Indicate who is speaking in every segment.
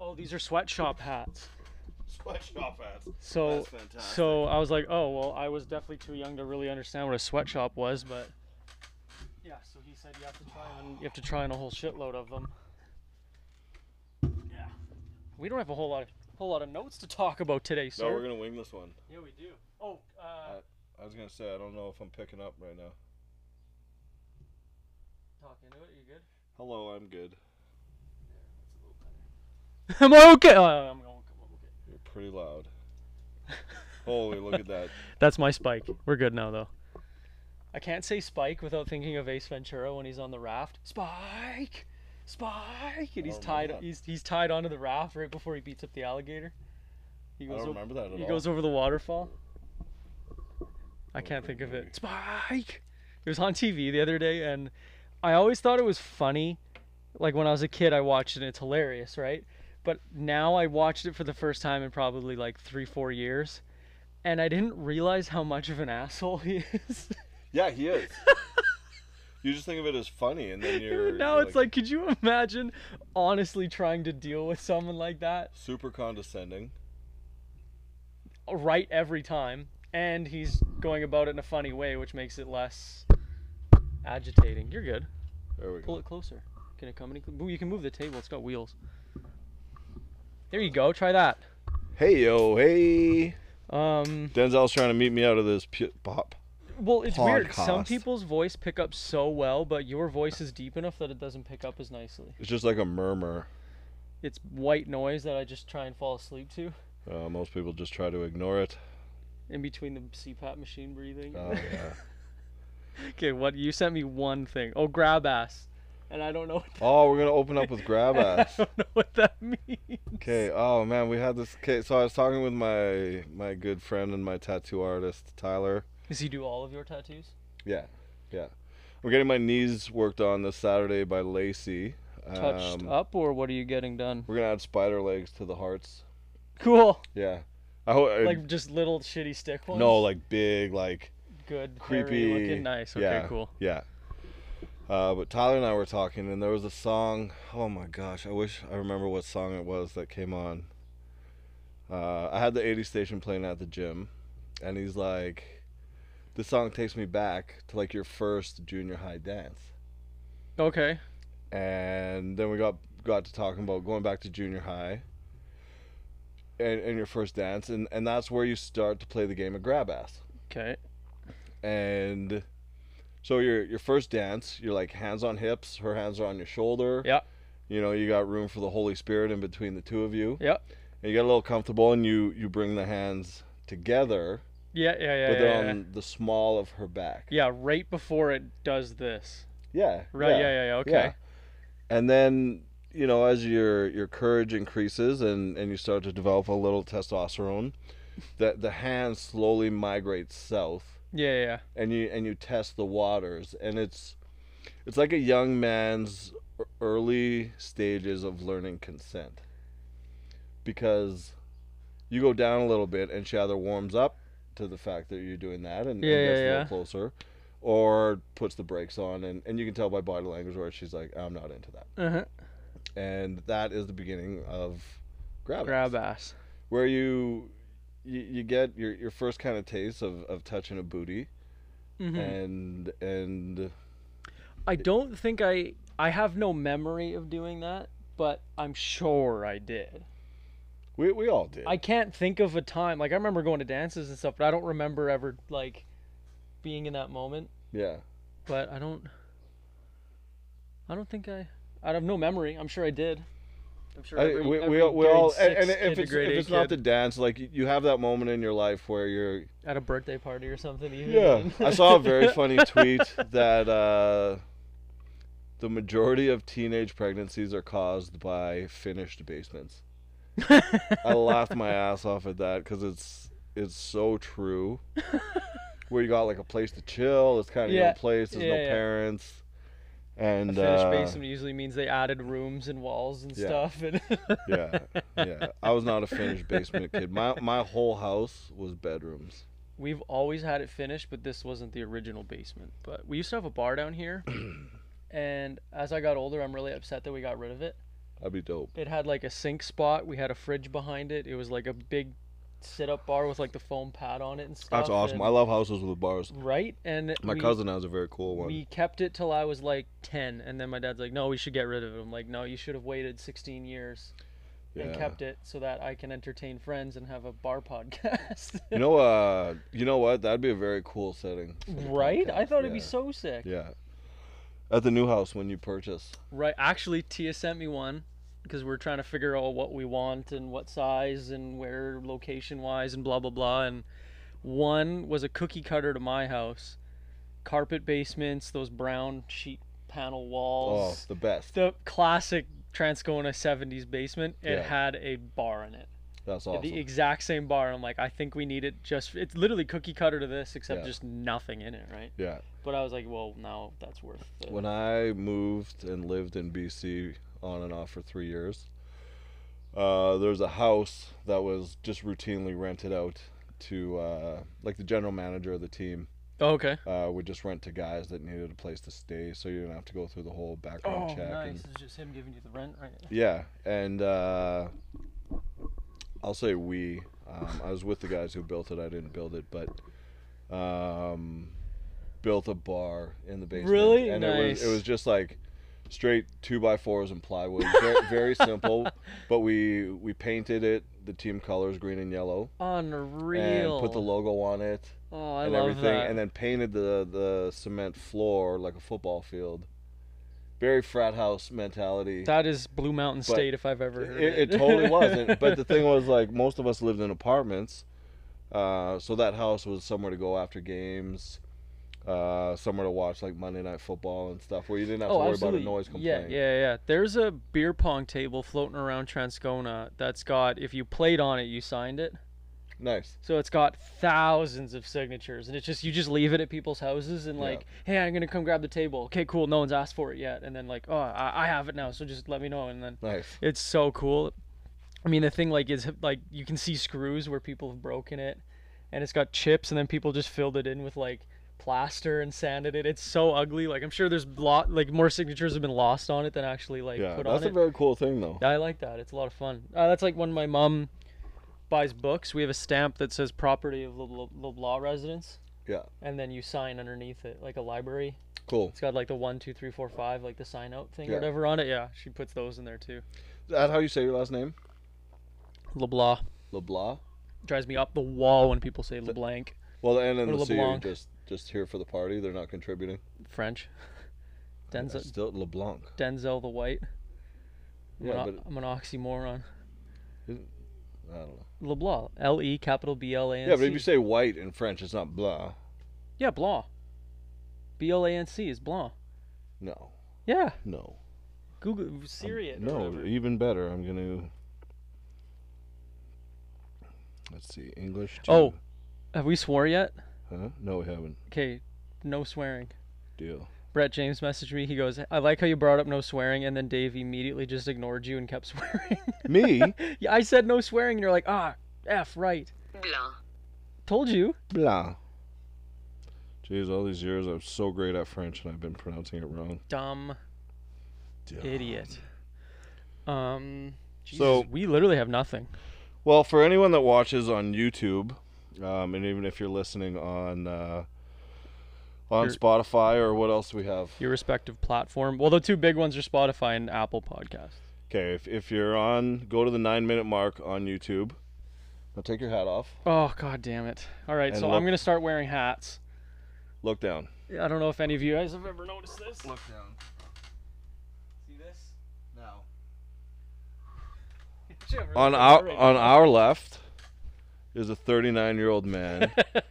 Speaker 1: oh, these are sweatshop hats.
Speaker 2: Sweatshop hats.
Speaker 1: So
Speaker 2: That's fantastic.
Speaker 1: so I was like, oh well, I was definitely too young to really understand what a sweatshop was, but yeah. So he said you have to try on you have to try on a whole shitload of them. Yeah. We don't have a whole lot of whole lot of notes to talk about today, sir.
Speaker 2: No, we're gonna wing this one.
Speaker 1: Yeah, we do. Oh, uh,
Speaker 2: I was gonna say I don't know if I'm picking up right now.
Speaker 1: talk into it. You good?
Speaker 2: Hello, I'm good.
Speaker 1: I'm okay. Oh, I'm going. I'm okay.
Speaker 2: You're pretty loud. Holy, look at that.
Speaker 1: That's my spike. We're good now, though. I can't say Spike without thinking of Ace Ventura when he's on the raft. Spike, Spike, and he's
Speaker 2: don't remember
Speaker 1: tied.
Speaker 2: that.
Speaker 1: He's he's tied onto the raft right before he beats up the alligator. He
Speaker 2: I don't
Speaker 1: goes. Over,
Speaker 2: remember that at all.
Speaker 1: he goes over the waterfall. I can't
Speaker 2: Okay,
Speaker 1: think of
Speaker 2: maybe.
Speaker 1: it. Spike. It was on TV the other day, and I always thought it was funny. Like when I was a kid, I watched it. and It's hilarious, right? But now I watched it for the first time in probably like three, four years, and I didn't realize how much of an asshole he is.
Speaker 2: Yeah, he is. you just think of it as funny, and then you're
Speaker 1: And now
Speaker 2: you're
Speaker 1: it's like, could you imagine honestly trying to deal with someone like that
Speaker 2: super condescending.
Speaker 1: right every time? And he's going about it in a funny way, which makes it less agitating. You're good.
Speaker 2: There we
Speaker 1: Pull
Speaker 2: go.
Speaker 1: it closer. Can it come any? cl- Ooh, you can move the table. It's got wheels. There you go. Try that.
Speaker 2: Hey yo, hey.
Speaker 1: Um.
Speaker 2: Denzel's trying to meet me out of this pu- pop.
Speaker 1: Well, it's weird. Some
Speaker 2: Podcast.
Speaker 1: people's voice pick up so well, but your voice is deep enough that it doesn't pick up as nicely.
Speaker 2: It's just like a murmur.
Speaker 1: It's white noise that I just try and fall asleep to
Speaker 2: Uh, most people just try to ignore it.
Speaker 1: in between the CPAP machine breathing.
Speaker 2: Oh yeah.
Speaker 1: Okay, what you sent me one thing. Oh, grab ass, and I don't know. What
Speaker 2: Oh, we're gonna open up with grab
Speaker 1: that,
Speaker 2: ass.
Speaker 1: I don't know what that means.
Speaker 2: Okay. Oh man, we had this. Okay, so I was talking with my my good friend and my tattoo artist Tyler.
Speaker 1: Does he do all of your tattoos?
Speaker 2: Yeah, yeah. I'm getting my knees worked on this Saturday by Lacey.
Speaker 1: Touched
Speaker 2: Um,
Speaker 1: up, or what are you getting done?
Speaker 2: We're gonna add spider legs to the hearts.
Speaker 1: Cool.
Speaker 2: Yeah. I hope.
Speaker 1: Like just little shitty stick ones.
Speaker 2: no, like big, like
Speaker 1: good,
Speaker 2: creepy.
Speaker 1: hairy, looking nice. Okay,
Speaker 2: yeah,
Speaker 1: cool.
Speaker 2: Yeah. Uh, but Tyler and I were talking, and there was a song. Oh my gosh, I wish I remember what song it was that came on. Uh, I had the 80 station playing at the gym, and he's like, "This song takes me back to like your first junior high dance."
Speaker 1: Okay.
Speaker 2: and then we got got to talking about going back to junior high and, and your first dance and, and that's where you start to play the game of grab ass
Speaker 1: Okay.
Speaker 2: and so your your first dance you're like hands on hips her hands are on your shoulder
Speaker 1: Yeah.
Speaker 2: you know you got room for the holy spirit in between the two of you
Speaker 1: Yeah.
Speaker 2: and you get a little comfortable and you you bring the hands together
Speaker 1: Yeah. Yeah. Yeah.
Speaker 2: but
Speaker 1: yeah,
Speaker 2: they're
Speaker 1: yeah.
Speaker 2: on the small of her back
Speaker 1: Yeah, Right before it does this.
Speaker 2: yeah
Speaker 1: Right. Yeah. Yeah. Yeah. okay.
Speaker 2: Yeah. And then, you know, as your your courage increases and and you start to develop a little testosterone, that the hand slowly migrates south
Speaker 1: Yeah. Yeah. yeah.
Speaker 2: and you and you test the waters and it's it's like a young man's ear- early stages of learning consent. Because you go down a little bit and she either warms up to the fact that you're doing that and, and
Speaker 1: Yeah,
Speaker 2: gets
Speaker 1: yeah,
Speaker 2: a little
Speaker 1: yeah.
Speaker 2: closer or puts the brakes on and, and you can tell by body language where she's like, I'm not into that
Speaker 1: Uh-huh.
Speaker 2: and that is the beginning of grab,
Speaker 1: Grab
Speaker 2: ass,
Speaker 1: ass.
Speaker 2: where you, you you get your, your first kind of taste of, of touching a booty
Speaker 1: Mm-hmm.
Speaker 2: and and
Speaker 1: I don't think I I have no memory of doing that, but I'm sure I did.
Speaker 2: we, we all did
Speaker 1: I can't think of a time. Like I remember going to dances and stuff, but I don't remember ever like being in that moment.
Speaker 2: yeah
Speaker 1: But I don't. I don't think I. I have no memory. I'm sure I did. I'm sure.
Speaker 2: I,
Speaker 1: every-
Speaker 2: we,
Speaker 1: every
Speaker 2: we, all- we
Speaker 1: grade
Speaker 2: all and,
Speaker 1: six
Speaker 2: and
Speaker 1: kid
Speaker 2: if
Speaker 1: to
Speaker 2: it's,
Speaker 1: grade
Speaker 2: if
Speaker 1: eight
Speaker 2: it's not the
Speaker 1: kid
Speaker 2: dance like you- you have that moment in your life where you're
Speaker 1: at a birthday party or something. Even.
Speaker 2: I saw a very funny tweet that uh, the majority of teenage pregnancies are caused by finished basements. I laughed my ass off at that because it's it's so true. Where you got like a place to chill, it's kind of
Speaker 1: Yeah,
Speaker 2: your place. There's no
Speaker 1: yeah, yeah.
Speaker 2: parents, and
Speaker 1: A finished
Speaker 2: uh,
Speaker 1: basement usually means they added rooms and walls and
Speaker 2: Yeah.
Speaker 1: stuff. And
Speaker 2: yeah, yeah. I was not a finished basement kid. My my whole house was bedrooms.
Speaker 1: We've always had it finished, but this wasn't the original basement. But we used to have a bar down here, and as I got older, I'm really upset that we got rid of it.
Speaker 2: That'd be dope.
Speaker 1: It had like a sink spot. We had a fridge behind it. It was like a big sit-up bar with like the foam pad on it and stuff.
Speaker 2: That's awesome. I
Speaker 1: and-
Speaker 2: love houses with bars.
Speaker 1: right? And
Speaker 2: My
Speaker 1: we,
Speaker 2: cousin has a very cool one.
Speaker 1: We kept it till I was like ten, and then my dad's like, "No, we should get rid of it." I'm like, "No, you should have waited 16 years and
Speaker 2: Yeah.
Speaker 1: kept it so that I can entertain friends and have a bar podcast."
Speaker 2: You know, uh, you know what? That'd be a very cool setting. for the
Speaker 1: right? I
Speaker 2: podcast.
Speaker 1: thought it'd be
Speaker 2: Yeah.
Speaker 1: so sick.
Speaker 2: Yeah. At the new house when you purchase.
Speaker 1: Right. Actually, Tia sent me one because we're trying to figure out what we want and what size and where location wise and blah blah blah. And one was a cookie cutter to my house, carpet basements, those brown sheet panel
Speaker 2: Oh,
Speaker 1: walls,
Speaker 2: the best.
Speaker 1: the classic Transcona '70s basement. It
Speaker 2: Yeah.
Speaker 1: had a bar in it,
Speaker 2: That's
Speaker 1: the
Speaker 2: awesome.
Speaker 1: exact same bar. I'm like, I think we need it just. It's literally cookie cutter to this, except
Speaker 2: Yeah.
Speaker 1: just nothing in it, right?
Speaker 2: Yeah.
Speaker 1: But I was like, well, now that's worth. It.
Speaker 2: When I moved and lived in BC on and off for three years, uh, there was a house that was just routinely rented out to, uh, like, the general manager of the team
Speaker 1: Oh, okay.
Speaker 2: uh, would just rent to guys that needed a place to stay so you didn't have to go through the whole background
Speaker 1: Oh,
Speaker 2: check.
Speaker 1: nice.
Speaker 2: and-
Speaker 1: It's just him giving you the rent right
Speaker 2: Yeah, and uh, I'll say we. Um, I was with the guys who built it. I didn't build it, but um, built a bar in the basement.
Speaker 1: Really?
Speaker 2: and it was
Speaker 1: Nice.
Speaker 2: it was just like straight two by fours and plywood. Very, very simple, but we we painted it the team colors green and yellow,
Speaker 1: Unreal.
Speaker 2: and put the logo on it
Speaker 1: oh, I
Speaker 2: and
Speaker 1: love
Speaker 2: everything,
Speaker 1: that.
Speaker 2: and then painted the the cement floor like a football field. Very frat house mentality.
Speaker 1: that is Blue Mountain
Speaker 2: But
Speaker 1: State if I've ever heard
Speaker 2: It,
Speaker 1: it.
Speaker 2: it totally wasn't. But the thing was, like, most of us lived in apartments, uh, so that house was somewhere to go after games, uh, somewhere to watch like Monday night football and stuff, where you didn't have to
Speaker 1: oh,
Speaker 2: worry
Speaker 1: absolutely.
Speaker 2: about a noise
Speaker 1: yeah,
Speaker 2: complaint.
Speaker 1: yeah, yeah. There's a beer pong table floating around Transcona that's got if you played on it, you signed it.
Speaker 2: Nice.
Speaker 1: So it's got thousands of signatures, and it's just you just leave it at people's houses and
Speaker 2: Yeah.
Speaker 1: like, hey, I'm gonna come grab the table. Okay, cool. No one's asked for it yet, and then like, oh, I, I have it now, so just let me know, and then
Speaker 2: Nice.
Speaker 1: It's so cool. I mean, the thing like is like you can see screws where people have broken it, and it's got chips, and then people just filled it in with like plaster and sanded it. It's so ugly. Like I'm sure there's lot like more signatures have been lost on it than actually like
Speaker 2: Yeah,
Speaker 1: put
Speaker 2: that's
Speaker 1: on
Speaker 2: a
Speaker 1: it.
Speaker 2: very cool thing, though.
Speaker 1: I like that. It's a lot of fun. Uh, that's like when my mom buys books. We have a stamp that says property of the LeBlanc residence.
Speaker 2: Yeah.
Speaker 1: And then you sign underneath it like a library.
Speaker 2: Cool.
Speaker 1: It's got like the one, two, three, four, five, like the sign out thing
Speaker 2: Yeah.
Speaker 1: or whatever on it. Yeah, she puts those in there too.
Speaker 2: Is that how you say your last name?
Speaker 1: LeBlanc.
Speaker 2: LeBlanc.
Speaker 1: drives me up the wall when people say LeBlanc
Speaker 2: Well, and then
Speaker 1: Or
Speaker 2: the C are
Speaker 1: LeBlanc.
Speaker 2: just just here for the party. They're not contributing.
Speaker 1: French.
Speaker 2: That's
Speaker 1: Denzel,
Speaker 2: Still LeBlanc.
Speaker 1: Denzel the White. I'm,
Speaker 2: Yeah,
Speaker 1: an,
Speaker 2: but-
Speaker 1: I'm an oxymoron.
Speaker 2: I don't know.
Speaker 1: LeBlanc. L E capital B L A
Speaker 2: Yeah,
Speaker 1: N
Speaker 2: but if you
Speaker 1: C.
Speaker 2: say white in French, it's not blah.
Speaker 1: Yeah, Blanc. B L A N C is Blanc.
Speaker 2: No,
Speaker 1: Yeah.
Speaker 2: no.
Speaker 1: Google Siri it. or
Speaker 2: Um, No,
Speaker 1: whatever.
Speaker 2: even better. I'm gonna. Let's see, English. to-
Speaker 1: Oh. Have we swore yet?
Speaker 2: huh? no, we haven't.
Speaker 1: Okay, no swearing.
Speaker 2: Deal.
Speaker 1: Brett James messaged me. He goes, I like how you brought up no swearing, and then Dave immediately just ignored you and kept swearing.
Speaker 2: Me,
Speaker 1: yeah, I said no swearing, and you're like, ah, F, right.
Speaker 3: blah,
Speaker 1: Told you.
Speaker 2: blah. Jeez, all these years I'm so great at French and I've been pronouncing it wrong.
Speaker 1: Dumb.
Speaker 2: Deal.
Speaker 1: idiot. Um, Jesus,
Speaker 2: So-
Speaker 1: we literally have nothing.
Speaker 2: Well, for anyone that watches on YouTube, um, and even if you're listening on uh, on
Speaker 1: Your-
Speaker 2: Spotify or what else we have.
Speaker 1: Your respective platform. Well, the two big ones are Spotify and Apple Podcasts.
Speaker 2: Okay, if, if you're on, go to the nine minute mark on YouTube. Now take your hat off.
Speaker 1: Oh God damn it! All right,
Speaker 2: And
Speaker 1: so
Speaker 2: look-
Speaker 1: I'm gonna start wearing hats.
Speaker 2: Look down.
Speaker 1: I don't know if any of you guys have ever noticed this.
Speaker 2: Look down.
Speaker 1: See this?
Speaker 2: Now.
Speaker 1: Shit, I'm really
Speaker 2: on
Speaker 1: good
Speaker 2: our
Speaker 1: already.
Speaker 2: on our left is a 39 year old man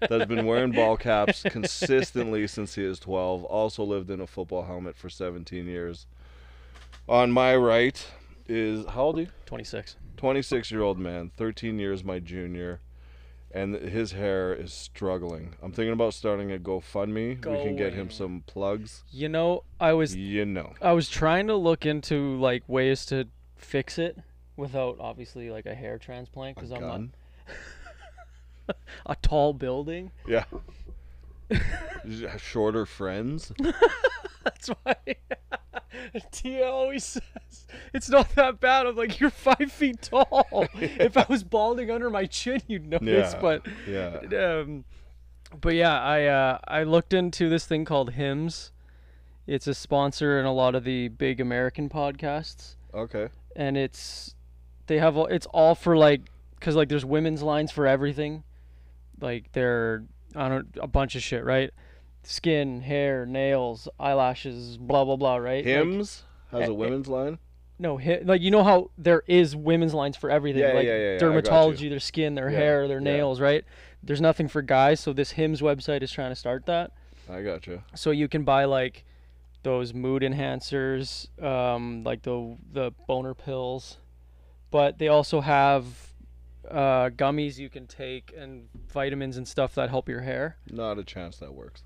Speaker 2: that's been wearing ball caps consistently since he is 12. Also lived in a football helmet for 17 years. On my right is how old are you?
Speaker 1: 26.
Speaker 2: 26 year old man, 13 years my junior, and his hair is struggling. I'm thinking about starting a GoFundMe. We can get him
Speaker 1: Going.
Speaker 2: some plugs.
Speaker 1: You know, I was
Speaker 2: You know,
Speaker 1: I was trying to look into like ways to fix it without obviously like a hair transplant because I'm not
Speaker 2: gun.
Speaker 1: a tall building.
Speaker 2: Yeah. Shorter friends.
Speaker 1: That's why. And Tia always says, It's not that bad. I'm like, You're five feet tall. If I was balding under my chin, you'd notice.
Speaker 2: Yeah.
Speaker 1: But
Speaker 2: Yeah.
Speaker 1: um, but yeah, I uh, I looked into this thing called Hims. It's a sponsor in a lot of the big American podcasts,
Speaker 2: Okay.
Speaker 1: and it's they have all- it's all for like because like there's women's lines for everything, like they're I don't a bunch of shit right, skin, hair, nails, eyelashes, blah blah blah right. Like,
Speaker 2: Hims has
Speaker 1: eh, eh,
Speaker 2: a women's line.
Speaker 1: no, hi- like you know how there is women's lines for everything,
Speaker 2: Yeah,
Speaker 1: like
Speaker 2: yeah, yeah, yeah, I got you.
Speaker 1: dermatology, their skin, their
Speaker 2: Yeah,
Speaker 1: hair, their
Speaker 2: yeah.
Speaker 1: nails, right? There's nothing for guys, so this Hims website is trying to start that.
Speaker 2: I gotcha.
Speaker 1: So you can buy like those mood enhancers, um, like the the boner pills, but they also have uh, gummies you can take and vitamins and stuff that help your hair.
Speaker 2: Not a chance that works.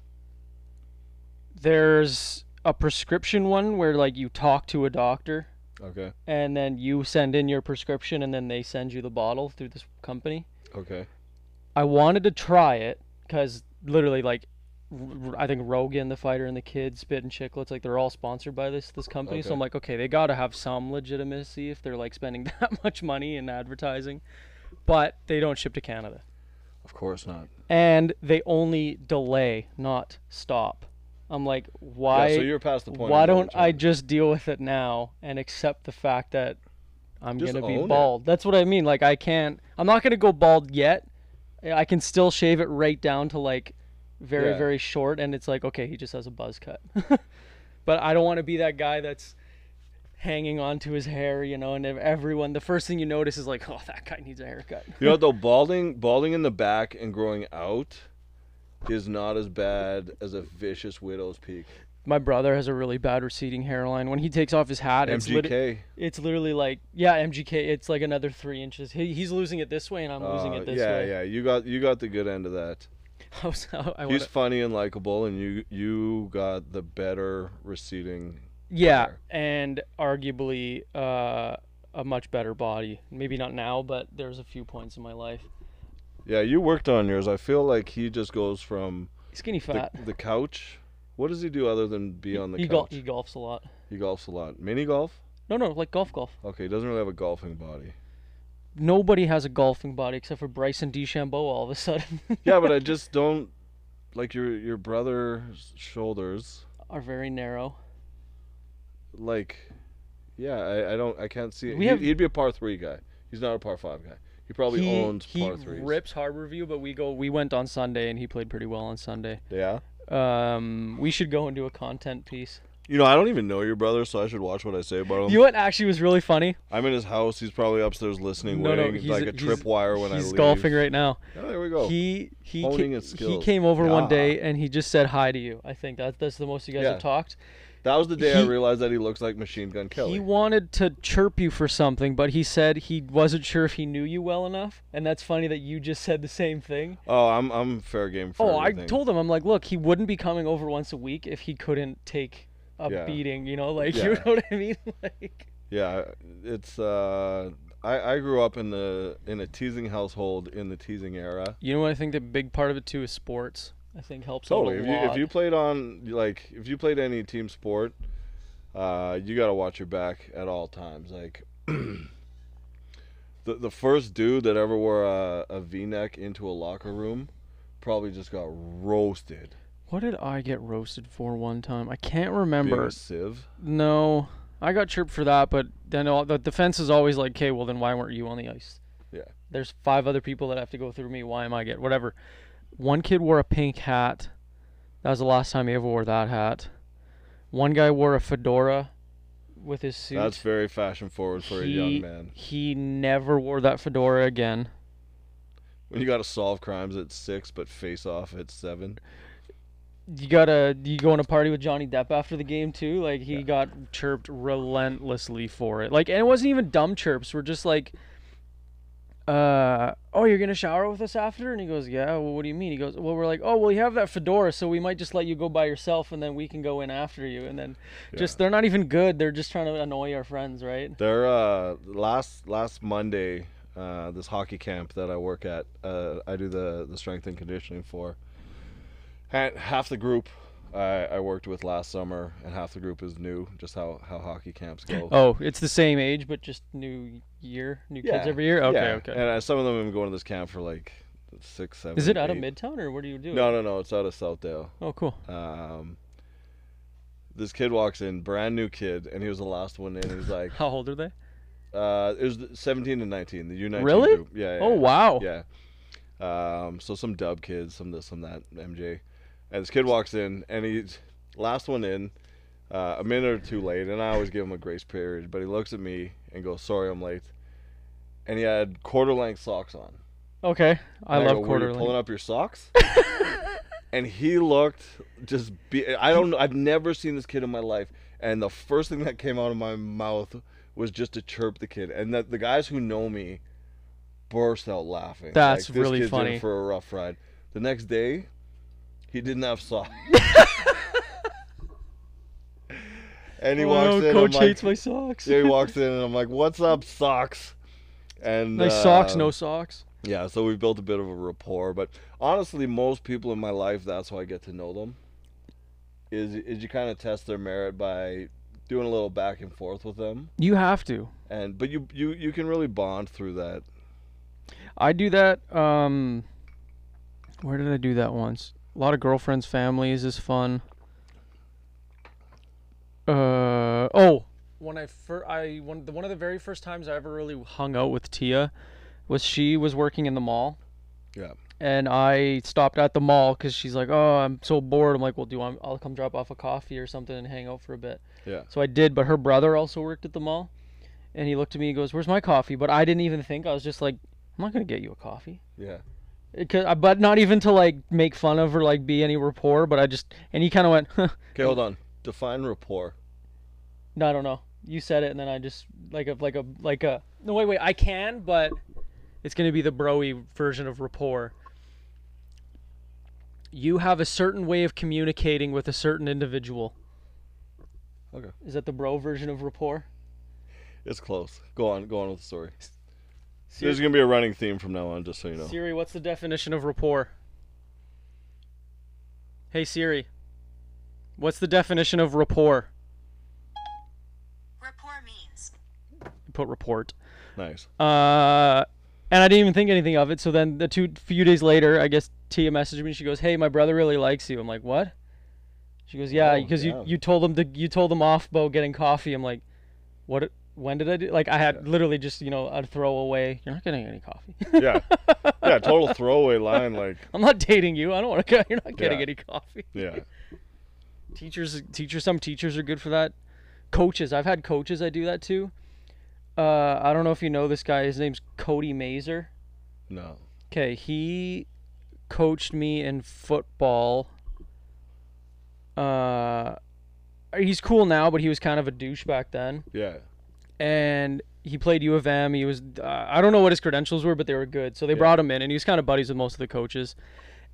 Speaker 1: There's a prescription one where like you talk to a doctor
Speaker 2: Okay.
Speaker 1: and then you send in your prescription and then they send you the bottle through this company.
Speaker 2: Okay.
Speaker 1: I wanted to try it because literally like r- r- I think Rogan the fighter and the kid spit and chicklets like they're all sponsored by this this company so
Speaker 2: Okay.
Speaker 1: I'm like okay they got to have some legitimacy if they're like spending that much money in advertising but they don't ship to Canada
Speaker 2: Of course not.
Speaker 1: and they only delay not stop I'm like why
Speaker 2: yeah, so you're past the point.
Speaker 1: why
Speaker 2: of no
Speaker 1: don't I
Speaker 2: return.
Speaker 1: just deal with it now and accept the fact that I'm
Speaker 2: Just
Speaker 1: gonna be
Speaker 2: own it.
Speaker 1: bald? That's what I mean. Like I can't. I'm not gonna go bald yet. I can still shave it right down to like very
Speaker 2: Yeah.
Speaker 1: very short, and it's like okay, he just has a buzz cut. but I don't want to be that guy that's hanging on to his hair, you know. And if everyone, the first thing you notice is like, oh, that guy needs a haircut.
Speaker 2: You know though, balding, balding in the back and growing out, is not as bad as a vicious widow's peak.
Speaker 1: My brother has a really bad receding hairline. When he takes off his hat, it's lit-
Speaker 2: MGK.
Speaker 1: It's literally like yeah, MGK. It's like another three inches. He, he's losing it this way, and I'm losing
Speaker 2: Uh,
Speaker 1: it this
Speaker 2: yeah,
Speaker 1: way.
Speaker 2: yeah. You got you got the good end of that.
Speaker 1: I was, I
Speaker 2: He's
Speaker 1: wanna,
Speaker 2: funny and likable, and you you got the better receding.
Speaker 1: yeah,
Speaker 2: there.
Speaker 1: and arguably uh, a much better body. Maybe not now, but there's a few points in my life.
Speaker 2: Yeah, you worked on yours. I feel like he just goes from
Speaker 1: Skinny
Speaker 2: the,
Speaker 1: fat.
Speaker 2: the couch. What does he do other than be on the
Speaker 1: he, gol-
Speaker 2: couch?
Speaker 1: he golfs a lot.
Speaker 2: He golfs a lot. Mini golf?
Speaker 1: No, no, like golf, golf.
Speaker 2: Okay, he doesn't really have a golfing body.
Speaker 1: Nobody has a golfing body except for Bryson DeChambeau. All of a sudden,
Speaker 2: Yeah, but I just don't like your your brother's shoulders.
Speaker 1: are very narrow.
Speaker 2: Like, yeah, I, I don't I can't see it.
Speaker 1: We
Speaker 2: He,
Speaker 1: have-
Speaker 2: He'd be a par three guy. He's not a par five guy. He probably
Speaker 1: he
Speaker 2: owns
Speaker 1: he
Speaker 2: par threes.
Speaker 1: rips Harborview, but we go. We went on Sunday, and he played pretty well on Sunday.
Speaker 2: Yeah.
Speaker 1: Um, we should go and do a content piece.
Speaker 2: You know, I don't even know your brother, so I should watch what I say about him.
Speaker 1: You know what actually was really funny?
Speaker 2: I'm in his house. He's probably upstairs listening,
Speaker 1: No, no,
Speaker 2: waiting
Speaker 1: he's-
Speaker 2: like a
Speaker 1: he's-
Speaker 2: tripwire when I leave.
Speaker 1: He's golfing right now.
Speaker 2: Oh, there we go.
Speaker 1: he he ca-
Speaker 2: honing his
Speaker 1: he
Speaker 2: skills.
Speaker 1: came over one
Speaker 2: Yeah.
Speaker 1: day and he just said hi to you. I think that that's the most you guys
Speaker 2: Yeah.
Speaker 1: have talked.
Speaker 2: that was the day I
Speaker 1: he-
Speaker 2: realized that he looks like Machine Gun Kelly.
Speaker 1: He wanted to chirp you for something, but he said he wasn't sure if he knew you well enough, and that's funny that you just said the same thing.
Speaker 2: oh, I'm I'm fair game for
Speaker 1: oh, I
Speaker 2: everything.
Speaker 1: told him I'm like, look, he wouldn't be coming over once a week if he couldn't take a
Speaker 2: Yeah.
Speaker 1: beating. You know, like you
Speaker 2: Yeah.
Speaker 1: know what I mean? like
Speaker 2: Yeah, it's uh, I I grew up in the in a teasing household in the teasing era.
Speaker 1: you know what I think the big part of it too is sports. I think helps out
Speaker 2: Totally.
Speaker 1: a
Speaker 2: If you
Speaker 1: lot.
Speaker 2: if you played on like if you played any team sport, uh, you gotta watch your back at all times. Like. The, the first dude that ever wore a, a v-neck into a locker room probably just got roasted
Speaker 1: What did I get roasted for one time? I can't
Speaker 2: being
Speaker 1: remember.
Speaker 2: a sieve
Speaker 1: No, I got chirped for that, but then all, the defense is always like, "Okay, well then why weren't you on the ice?"
Speaker 2: Yeah.
Speaker 1: There's five other people that have to go through me. Why am I get whatever? One kid wore a pink hat. That was the last time he ever wore that hat. One guy wore a fedora with his suit.
Speaker 2: That's very fashion forward for a
Speaker 1: He-
Speaker 2: young man.
Speaker 1: He never wore that fedora again.
Speaker 2: When you got to solve crimes at six, but face off at seven.
Speaker 1: You gotta you go on a party with Johnny Depp after the game too. Like he got chirped relentlessly for it. Like and it wasn't even dumb chirps. We're just like, uh, oh, you're gonna shower with us after? And he goes, yeah. Well, what do you mean? He goes, well, we're like, oh, well, you have that fedora, so we might just let you go by yourself, and then we can go in after you. And then just they're not even good. They're just trying to annoy our friends, right?
Speaker 2: There, uh, last last Monday, uh, this hockey camp that I work at, uh, I do the the strength and conditioning for. Had half the group, I, I worked with last summer, and half the group is new. Just how, how hockey camps go.
Speaker 1: Oh, it's the same age, but just new year, new kids
Speaker 2: Yeah,
Speaker 1: every year. Okay,
Speaker 2: Yeah,
Speaker 1: okay.
Speaker 2: And uh, some of them have been going to this camp for like six, seven.
Speaker 1: Is it out of
Speaker 2: eight-
Speaker 1: Midtown or what do you do?
Speaker 2: No, no, no. It's out of Southdale.
Speaker 1: Oh, cool.
Speaker 2: Um, this kid walks in, brand new kid, and he was the last one in. He's like,
Speaker 1: How old are they?
Speaker 2: uh, it was the 17 and 19, the U19
Speaker 1: Really?
Speaker 2: group. Yeah. yeah,
Speaker 1: Oh
Speaker 2: yeah.
Speaker 1: wow.
Speaker 2: Yeah. Um, so some dub kids, some this, some that, MJ. And this kid walks in, and he's last one in, uh, a minute or two late, and I always give him a grace period. But he looks at me and goes, "Sorry, I'm late." And he had quarter-length socks on.
Speaker 1: Okay. I
Speaker 2: And
Speaker 1: love
Speaker 2: go, "Were you
Speaker 1: quarterly.
Speaker 2: Pulling up your socks. and he looked just. Be- I don't. know- I've never seen this kid in my life. And the first thing that came out of my mouth was just to chirp the kid. And that the guys who know me burst out laughing.
Speaker 1: That's
Speaker 2: like, this
Speaker 1: really
Speaker 2: kid's in
Speaker 1: funny.
Speaker 2: for a rough ride. The next day, he didn't have socks. and he
Speaker 1: oh,
Speaker 2: walks
Speaker 1: no,
Speaker 2: in.
Speaker 1: coach
Speaker 2: I'm like,
Speaker 1: hates my socks.
Speaker 2: yeah, he walks in, and I'm like, "What's up, socks?" And
Speaker 1: nice socks,
Speaker 2: uh,
Speaker 1: no socks.
Speaker 2: yeah, so we've built a bit of a rapport, but honestly, most people in my life, that's how I get to know them. Is is you kind of test their merit by doing a little back and forth with them,
Speaker 1: You have to.
Speaker 2: and but you you you can really bond through that.
Speaker 1: I do that. Um, where did I do that once? A lot of girlfriends' families is fun. Uh oh. When I fir- I one the one of the very first times I ever really hung out with Tia was she was working in the mall.
Speaker 2: Yeah.
Speaker 1: And I stopped at the mall because she's like, "Oh, I'm so bored." I'm like, "Well, do you want? I'll come drop off a coffee or something and hang out for a bit."
Speaker 2: Yeah.
Speaker 1: So I did, but her brother also worked at the mall, and he looked at me and goes, "Where's my coffee?" But I didn't even think. I was just like, "I'm not gonna get you a coffee."
Speaker 2: Yeah,
Speaker 1: It could- uh, but not even to like make fun of or like be any rapport. But I just and he kind of went, huh,
Speaker 2: okay, hold on. Define rapport.
Speaker 1: no, I don't know. You said it, and then I just like a like a like a no wait wait I can, but it's gonna be the broy version of rapport. You have a certain way of communicating with a certain individual.
Speaker 2: Okay.
Speaker 1: Is that the bro version of rapport?
Speaker 2: It's close. Go on, go on with the story.
Speaker 1: Siri,
Speaker 2: There's gonna be a running theme from now on, just so you know.
Speaker 1: Siri, what's the definition of rapport? Hey Siri, what's the definition of rapport?
Speaker 3: Rapport means
Speaker 1: Put report.
Speaker 2: Nice.
Speaker 1: Uh, and I didn't even think anything of it. So then the two few days later, I guess Tia messaged me. She goes, "Hey, my brother really likes you." I'm like, "What?" She goes, "Yeah,
Speaker 2: Oh,
Speaker 1: because
Speaker 2: yeah.
Speaker 1: you you told him to you told him off about getting coffee." I'm like, "What? When did I do?" Like I had literally just you know a throwaway. You're not getting any coffee.
Speaker 2: Yeah, yeah. Total throwaway line. Like,
Speaker 1: I'm not dating you. I don't want to. You're not getting
Speaker 2: Yeah.
Speaker 1: any coffee.
Speaker 2: yeah,
Speaker 1: teachers teachers some teachers are good for that coaches i've had coaches i do that too uh, i don't know if you know this guy his name's cody mazer
Speaker 2: no.
Speaker 1: okay he coached me in football uh, he's cool now but he was kind of a douche back then
Speaker 2: Yeah,
Speaker 1: and he played U of M. He was uh, I don't know what his credentials were, but they were good. So they
Speaker 2: Yeah.
Speaker 1: brought him in, and he was kind of buddies with most of the coaches.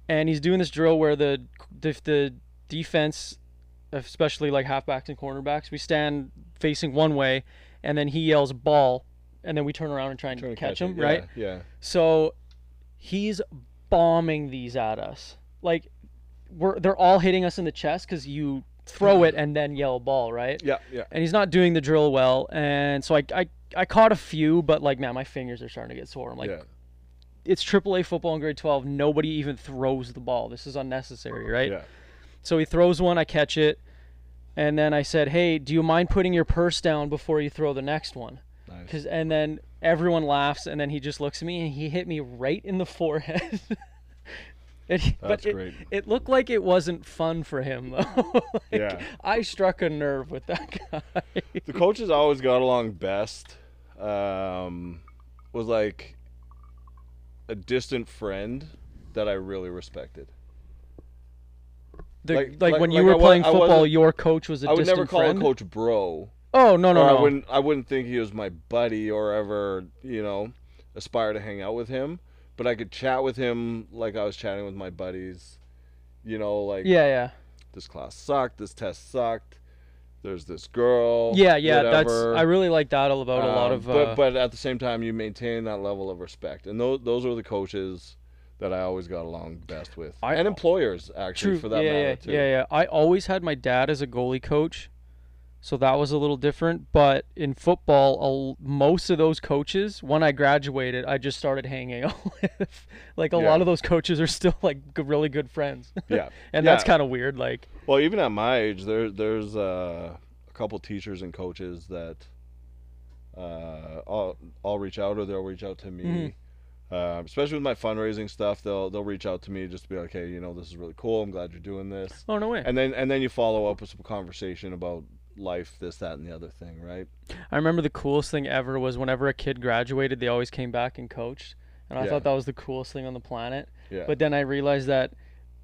Speaker 1: And he's doing this drill where the the, the defense, especially like halfbacks and cornerbacks, we stand facing one way, and then he yells ball, and then we turn around and try and
Speaker 2: Trying to
Speaker 1: catch, him,
Speaker 2: it. Yeah,
Speaker 1: right?
Speaker 2: Yeah,
Speaker 1: So he's bombing these at us. Like we're they're all hitting us in the chest because you throw it and then yell ball, right?
Speaker 2: yeah, yeah.
Speaker 1: and he's not doing the drill well. And so I, I, I caught a few, but like, man, my fingers are starting to get sore. I'm like,
Speaker 2: yeah.
Speaker 1: it's AAA football in grade 12. Nobody even throws the ball. This is unnecessary, right?
Speaker 2: Uh-huh. Yeah.
Speaker 1: So he throws one, I catch it. And then I said, hey, do you mind putting your purse down before you throw the next one?
Speaker 2: Nice.
Speaker 1: Cause, and then everyone laughs, and then he just looks at me and he hit me right in the forehead. And he- but
Speaker 2: That's
Speaker 1: it,
Speaker 2: great.
Speaker 1: it looked like it wasn't fun for him though. Like,
Speaker 2: Yeah.
Speaker 1: I struck a nerve with that guy.
Speaker 2: the coaches I always got along best um, was like a distant friend that I really respected.
Speaker 1: The, like,
Speaker 2: Like- like-
Speaker 1: when you
Speaker 2: like I
Speaker 1: were
Speaker 2: wa-
Speaker 1: playing
Speaker 2: I
Speaker 1: football,
Speaker 2: wasn't-
Speaker 1: your coach was a
Speaker 2: I would
Speaker 1: distant
Speaker 2: never call
Speaker 1: friend.
Speaker 2: a coach bro.
Speaker 1: Oh no
Speaker 2: or
Speaker 1: no
Speaker 2: I
Speaker 1: no!
Speaker 2: wouldn't I wouldn't think he was my buddy or ever, you know, aspire to hang out with him. But I could chat with him like I was chatting with my buddies. You know, like
Speaker 1: Yeah yeah
Speaker 2: this class sucked, this test sucked, there's this girl.
Speaker 1: yeah yeah. That's
Speaker 2: whatever.
Speaker 1: I really like that about a lot
Speaker 2: Um,
Speaker 1: of. Uh,
Speaker 2: but but at the same time, you maintain that level of respect, and those those are the coaches that I always got along best with,
Speaker 1: I-
Speaker 2: and employers actually
Speaker 1: True.
Speaker 2: for that
Speaker 1: yeah,
Speaker 2: matter
Speaker 1: yeah,
Speaker 2: too.
Speaker 1: yeah, yeah. I always had my dad as a goalie coach, so that was a little different. But in football, a l most of those coaches, when I graduated, I just started hanging out with. Like a
Speaker 2: Yeah.
Speaker 1: lot of those coaches are still like g- really good friends,
Speaker 2: Yeah.
Speaker 1: and that's
Speaker 2: Yeah.
Speaker 1: kind of weird. Like,
Speaker 2: Well, even at my age, there there's uh, a couple teachers and coaches that uh, I'll I'll reach out or they'll reach out to me.
Speaker 1: Mm-hmm.
Speaker 2: Um, especially with my fundraising stuff, they'll they'll reach out to me just to be like, hey, you know, this is really cool. I'm glad you're doing this.
Speaker 1: oh no way.
Speaker 2: And then and then you follow up with some conversation about life, this, that, and the other thing, right?
Speaker 1: I remember the coolest thing ever was whenever a kid graduated, they always came back and coached, and I
Speaker 2: Yeah.
Speaker 1: thought that was the coolest thing on the planet.
Speaker 2: Yeah.
Speaker 1: But then I realized that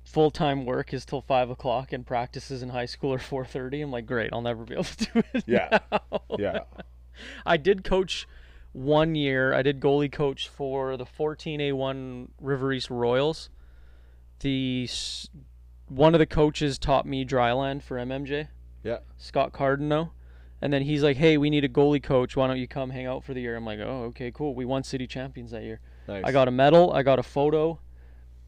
Speaker 1: full time work is till five o'clock and practices in high school are four thirty. I'm like, great, I'll never be able to do it.
Speaker 2: Yeah.
Speaker 1: now."
Speaker 2: yeah.
Speaker 1: I did coach one year. I did goalie coach for the fourteen A one River East Royals. The s- one of the coaches taught me dryland for MMJ.
Speaker 2: Yeah.
Speaker 1: Scott Cardino. And then he's like, "Hey, we need a goalie coach. Why don't you come hang out for the year?" I'm like, "Oh, okay, cool. We won city champions that year."
Speaker 2: Nice.
Speaker 1: I got a medal. I got a photo.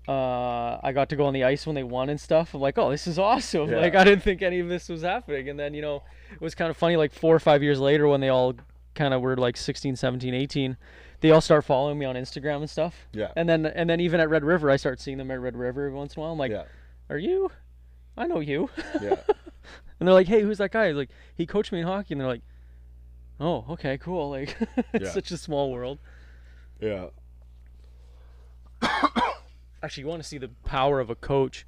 Speaker 1: Uh, I got to go on the ice when they won and stuff. I'm like, oh, this is awesome.
Speaker 2: Yeah.
Speaker 1: Like, I didn't think any of this was happening. And then, you know, it was kind of funny, like four or five years later when they all kind of were like 16, 17, 18, they all start following me on Instagram and stuff.
Speaker 2: Yeah.
Speaker 1: And then, and then even at Red River, I start seeing them at Red River every once in a while. I'm like,
Speaker 2: Yeah.
Speaker 1: are you? I know you.
Speaker 2: Yeah.
Speaker 1: And they're like, hey, who's that guy? I'm like, he coached me in hockey. And they're like, oh, okay, cool. Like, it's
Speaker 2: Yeah.
Speaker 1: such a small world.
Speaker 2: Yeah.
Speaker 1: actually you want to see the power of a coach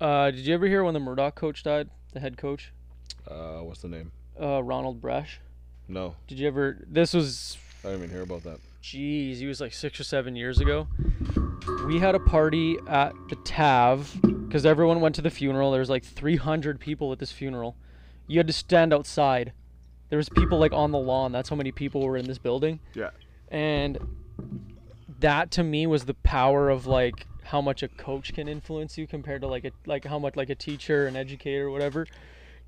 Speaker 1: uh, did you ever hear when the murdoch coach died the head coach
Speaker 2: Uh, what's the name?
Speaker 1: uh, ronald bresh
Speaker 2: No,
Speaker 1: did you ever this was
Speaker 2: I didn't even hear about that.
Speaker 1: jeez he was like six or seven years ago we had a party at the tav because everyone went to the funeral there was like 300 people at this funeral you had to stand outside there was people like on the lawn that's how many people were in this building
Speaker 2: Yeah.
Speaker 1: and that to me was the power of like how much a coach can influence you compared to like a like how much like a teacher an educator whatever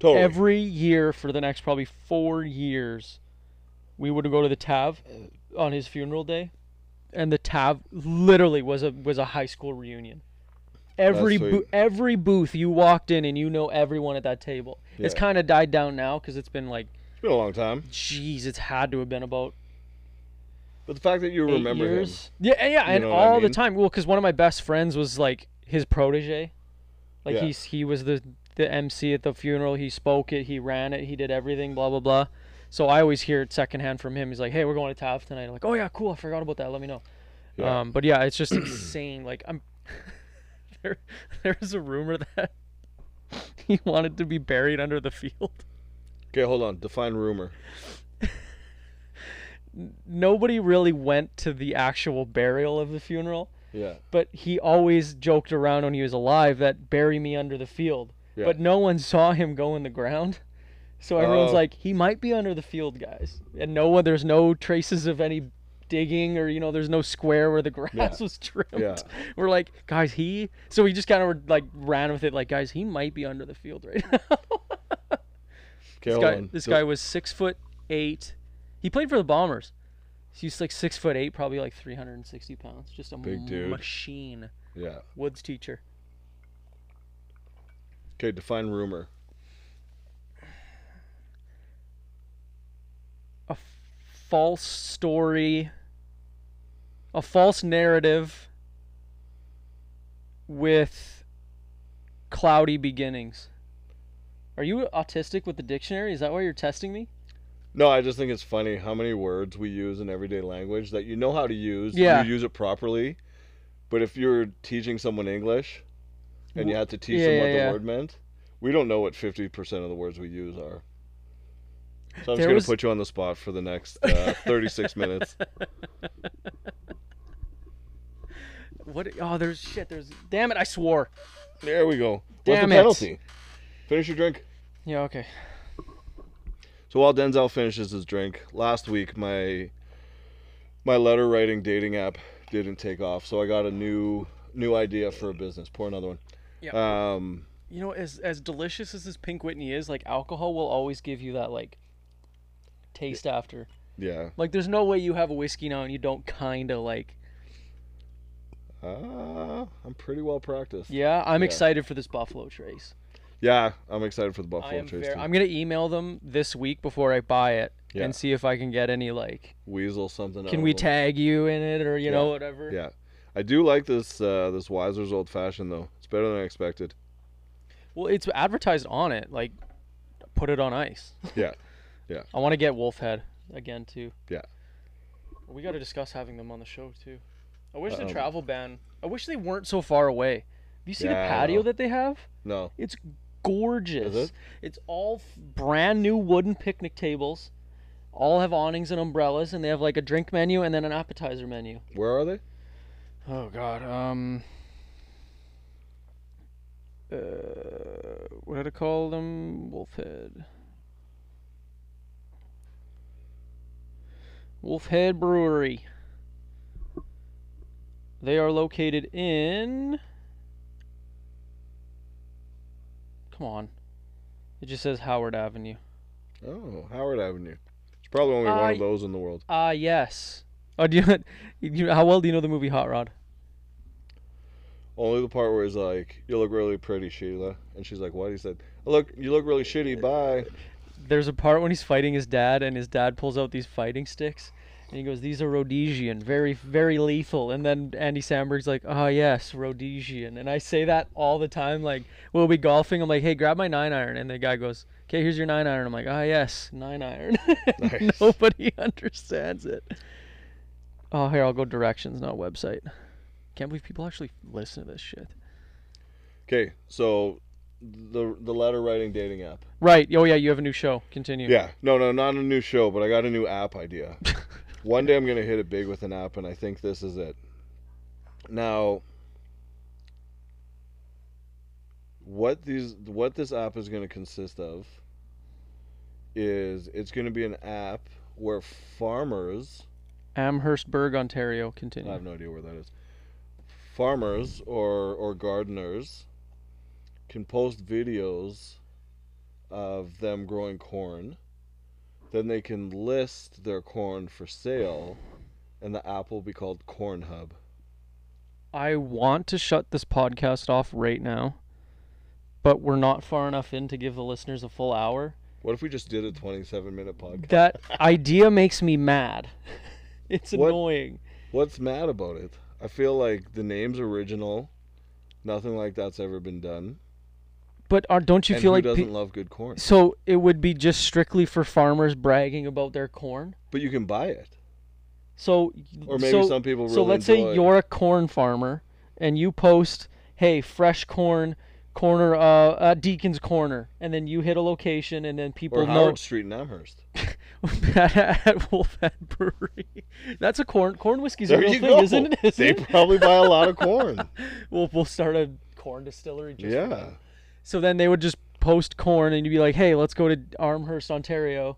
Speaker 2: Totally.
Speaker 1: every year for the next probably four years we would go to the tav on his funeral day and the tav literally was a was a high school reunion every
Speaker 2: sweet.
Speaker 1: boo every booth you walked in and you know everyone at that table it's
Speaker 2: Yeah.
Speaker 1: kind of died down now because it's been like
Speaker 2: it's been a long time,
Speaker 1: jeez it's had to have been about
Speaker 2: but the fact that you
Speaker 1: eight
Speaker 2: remember him.
Speaker 1: years. Yeah, and- yeah,
Speaker 2: You
Speaker 1: and
Speaker 2: know what I
Speaker 1: all the
Speaker 2: mean?
Speaker 1: time. Well, because one of my best friends was like his protege. Like
Speaker 2: Yeah.
Speaker 1: he's he was the the MC at the funeral. He spoke it. He ran it. He did everything. Blah blah blah. So I always hear it secondhand from him. He's like, "Hey, we're going to Taft tonight." I'm like, "Oh yeah, cool. I forgot about that. Let me know."
Speaker 2: Yeah.
Speaker 1: Um, but yeah, it's just insane. Like I'm. there, there's a rumor that he wanted to be buried under the field.
Speaker 2: Okay, hold on. Define rumor.
Speaker 1: Nobody really went to the actual burial of the funeral.
Speaker 2: Yeah.
Speaker 1: but he always joked around when he was alive that bury me under the field.
Speaker 2: Yeah.
Speaker 1: But no one saw him go in the ground. So everyone's
Speaker 2: Oh.
Speaker 1: like, he might be under the field, guys. And no one, there's no traces of any digging or, you know, there's no square where the grass
Speaker 2: Yeah.
Speaker 1: was trimmed.
Speaker 2: Yeah.
Speaker 1: We're like, guys, he. So we just kind of were like, ran with it, like, guys, he might be under the field right now.
Speaker 2: Okay,
Speaker 1: this
Speaker 2: hold
Speaker 1: guy,
Speaker 2: on.
Speaker 1: this
Speaker 2: The-
Speaker 1: guy was six foot eight. He played for the Bombers. He's like six foot eight, probably like 360 pounds. Just a
Speaker 2: Big dude.
Speaker 1: machine.
Speaker 2: Yeah.
Speaker 1: Woods teacher.
Speaker 2: Okay, define rumor.
Speaker 1: a false story, a false narrative with cloudy beginnings. Are you autistic with the dictionary? Is that why you're testing me?
Speaker 2: No, I just think it's funny how many words we use in everyday language that you know how to use.
Speaker 1: Yeah.
Speaker 2: You use it properly. But if you're teaching someone English and you had to teach
Speaker 1: Yeah,
Speaker 2: them what
Speaker 1: yeah,
Speaker 2: the
Speaker 1: yeah.
Speaker 2: word meant, we don't know what 50% of the words we use are. So
Speaker 1: There
Speaker 2: I'm just going
Speaker 1: was-
Speaker 2: to put you on the spot for the next uh, 36 minutes.
Speaker 1: What? Oh, there's shit. There's. Damn it! I swore.
Speaker 2: There we go.
Speaker 1: Damn
Speaker 2: What's
Speaker 1: it.
Speaker 2: the penalty? Finish your drink.
Speaker 1: Yeah. Okay.
Speaker 2: So while Denzel finishes his drink, last week my my letter writing dating app didn't take off, so I got a new new idea for a business. Pour another one.
Speaker 1: Yeah.
Speaker 2: Um,
Speaker 1: You know, as as delicious as this Pink Whitney is, like alcohol will always give you that like taste after.
Speaker 2: yeah.
Speaker 1: Like, there's no way you have a whiskey now and you don't kind of like
Speaker 2: Uh, I'm pretty well practiced.
Speaker 1: Yeah, I'm
Speaker 2: Yeah.
Speaker 1: excited for this Buffalo Trace.
Speaker 2: Yeah, I'm excited for the
Speaker 1: I
Speaker 2: Buffalo
Speaker 1: am
Speaker 2: Trace.
Speaker 1: ver-
Speaker 2: too.
Speaker 1: I'm gonna email them this week before I buy it
Speaker 2: Yeah.
Speaker 1: and see if I can get any like,
Speaker 2: Weasel something. out
Speaker 1: can
Speaker 2: of
Speaker 1: we
Speaker 2: them.
Speaker 1: tag you in it or you know
Speaker 2: Yeah.
Speaker 1: whatever.
Speaker 2: Yeah, I do like this uh, this Wiser's old fashioned though. It's better than I expected.
Speaker 1: Well, it's advertised on it. Like, put it on ice.
Speaker 2: Yeah. Yeah.
Speaker 1: I want to get Wolf Head again too.
Speaker 2: Yeah.
Speaker 1: We got to discuss having them on the show too. I wish
Speaker 2: Um,
Speaker 1: the travel ban. I wish they weren't so far away. Have you see
Speaker 2: Yeah, I
Speaker 1: the patio
Speaker 2: know.
Speaker 1: that they have?
Speaker 2: No.
Speaker 1: It's gorgeous.
Speaker 2: Is it?
Speaker 1: It's all f- brand new wooden picnic tables. All have awnings and umbrellas, and they have like a drink menu and then an appetizer menu.
Speaker 2: Where are they?
Speaker 1: Oh God. Um. Uh, what did I call them? Wolfhead. Wolfhead Brewery. They are located in. Come on. It just says Howard Avenue.
Speaker 2: Oh, Howard Avenue. It's probably only one
Speaker 1: I-
Speaker 2: of those in the world.
Speaker 1: Ah, yes. Oh, do you, you, how well do you know the movie Hot Rod?
Speaker 2: Only the part where he's like, "You look really pretty, Sheila," and she's like, "What?" He said, "I "Look, you look really shitty. Bye."
Speaker 1: there's a part when he's fighting his dad and his dad pulls out these fighting sticks and he goes these are rhodesian very very lethal and then andy samberg's like oh yes rhodesian and i say that all the time like we'll be golfing i'm like hey grab my nine iron and the guy goes okay here's your nine iron i'm like ah yes nine iron
Speaker 2: Nice.
Speaker 1: nobody understands it oh here i'll go directions not website can't believe people actually listen to this shit
Speaker 2: Okay, so the the letter writing dating app.
Speaker 1: right oh yeah you have a new show continue
Speaker 2: Yeah, no, no, not a new show, but I got a new app idea. One day I'm gonna hit it big with an app, and I think this is it. Now, what these what this app is gonna consist of is it's gonna be an app where farmers
Speaker 1: amherstburg ontario
Speaker 2: I
Speaker 1: continue
Speaker 2: have no idea where that is. Farmers or or gardeners can post videos of them growing corn. Then they can list their corn for sale, and the app will be called Corn Hub.
Speaker 1: I want to shut this podcast off right now, but we're not far enough in to give the listeners a full hour.
Speaker 2: What if we just did a 27 minute podcast?
Speaker 1: That idea makes me mad. It's
Speaker 2: What?
Speaker 1: annoying.
Speaker 2: What's mad about it? I feel like the name's original. Nothing like that's ever been done.
Speaker 1: But are, don't you
Speaker 2: and
Speaker 1: feel
Speaker 2: who
Speaker 1: like
Speaker 2: doesn't
Speaker 1: pe-
Speaker 2: love good corn?
Speaker 1: so it would be just strictly for farmers bragging about their corn?
Speaker 2: But you can buy it.
Speaker 1: So
Speaker 2: Or maybe
Speaker 1: so,
Speaker 2: some people really
Speaker 1: so let's
Speaker 2: enjoy-
Speaker 1: say you're a corn farmer and you post, "Hey, fresh corn, corner uh, uh Deacon's corner," and then you hit a location and then people
Speaker 2: or
Speaker 1: know
Speaker 2: Howard Street in Amherst.
Speaker 1: at Wolf Hat Brewery. That's a corn corn whiskey's a
Speaker 2: There
Speaker 1: real
Speaker 2: you
Speaker 1: thing,
Speaker 2: go.
Speaker 1: isn't it? Isn't
Speaker 2: they
Speaker 1: it?
Speaker 2: probably buy a lot of corn.
Speaker 1: We'll we'll start a corn distillery. Just for
Speaker 2: yeah.
Speaker 1: them. So then they would just post corn, and you'd be like, "Hey, let's go to Armhurst, Ontario,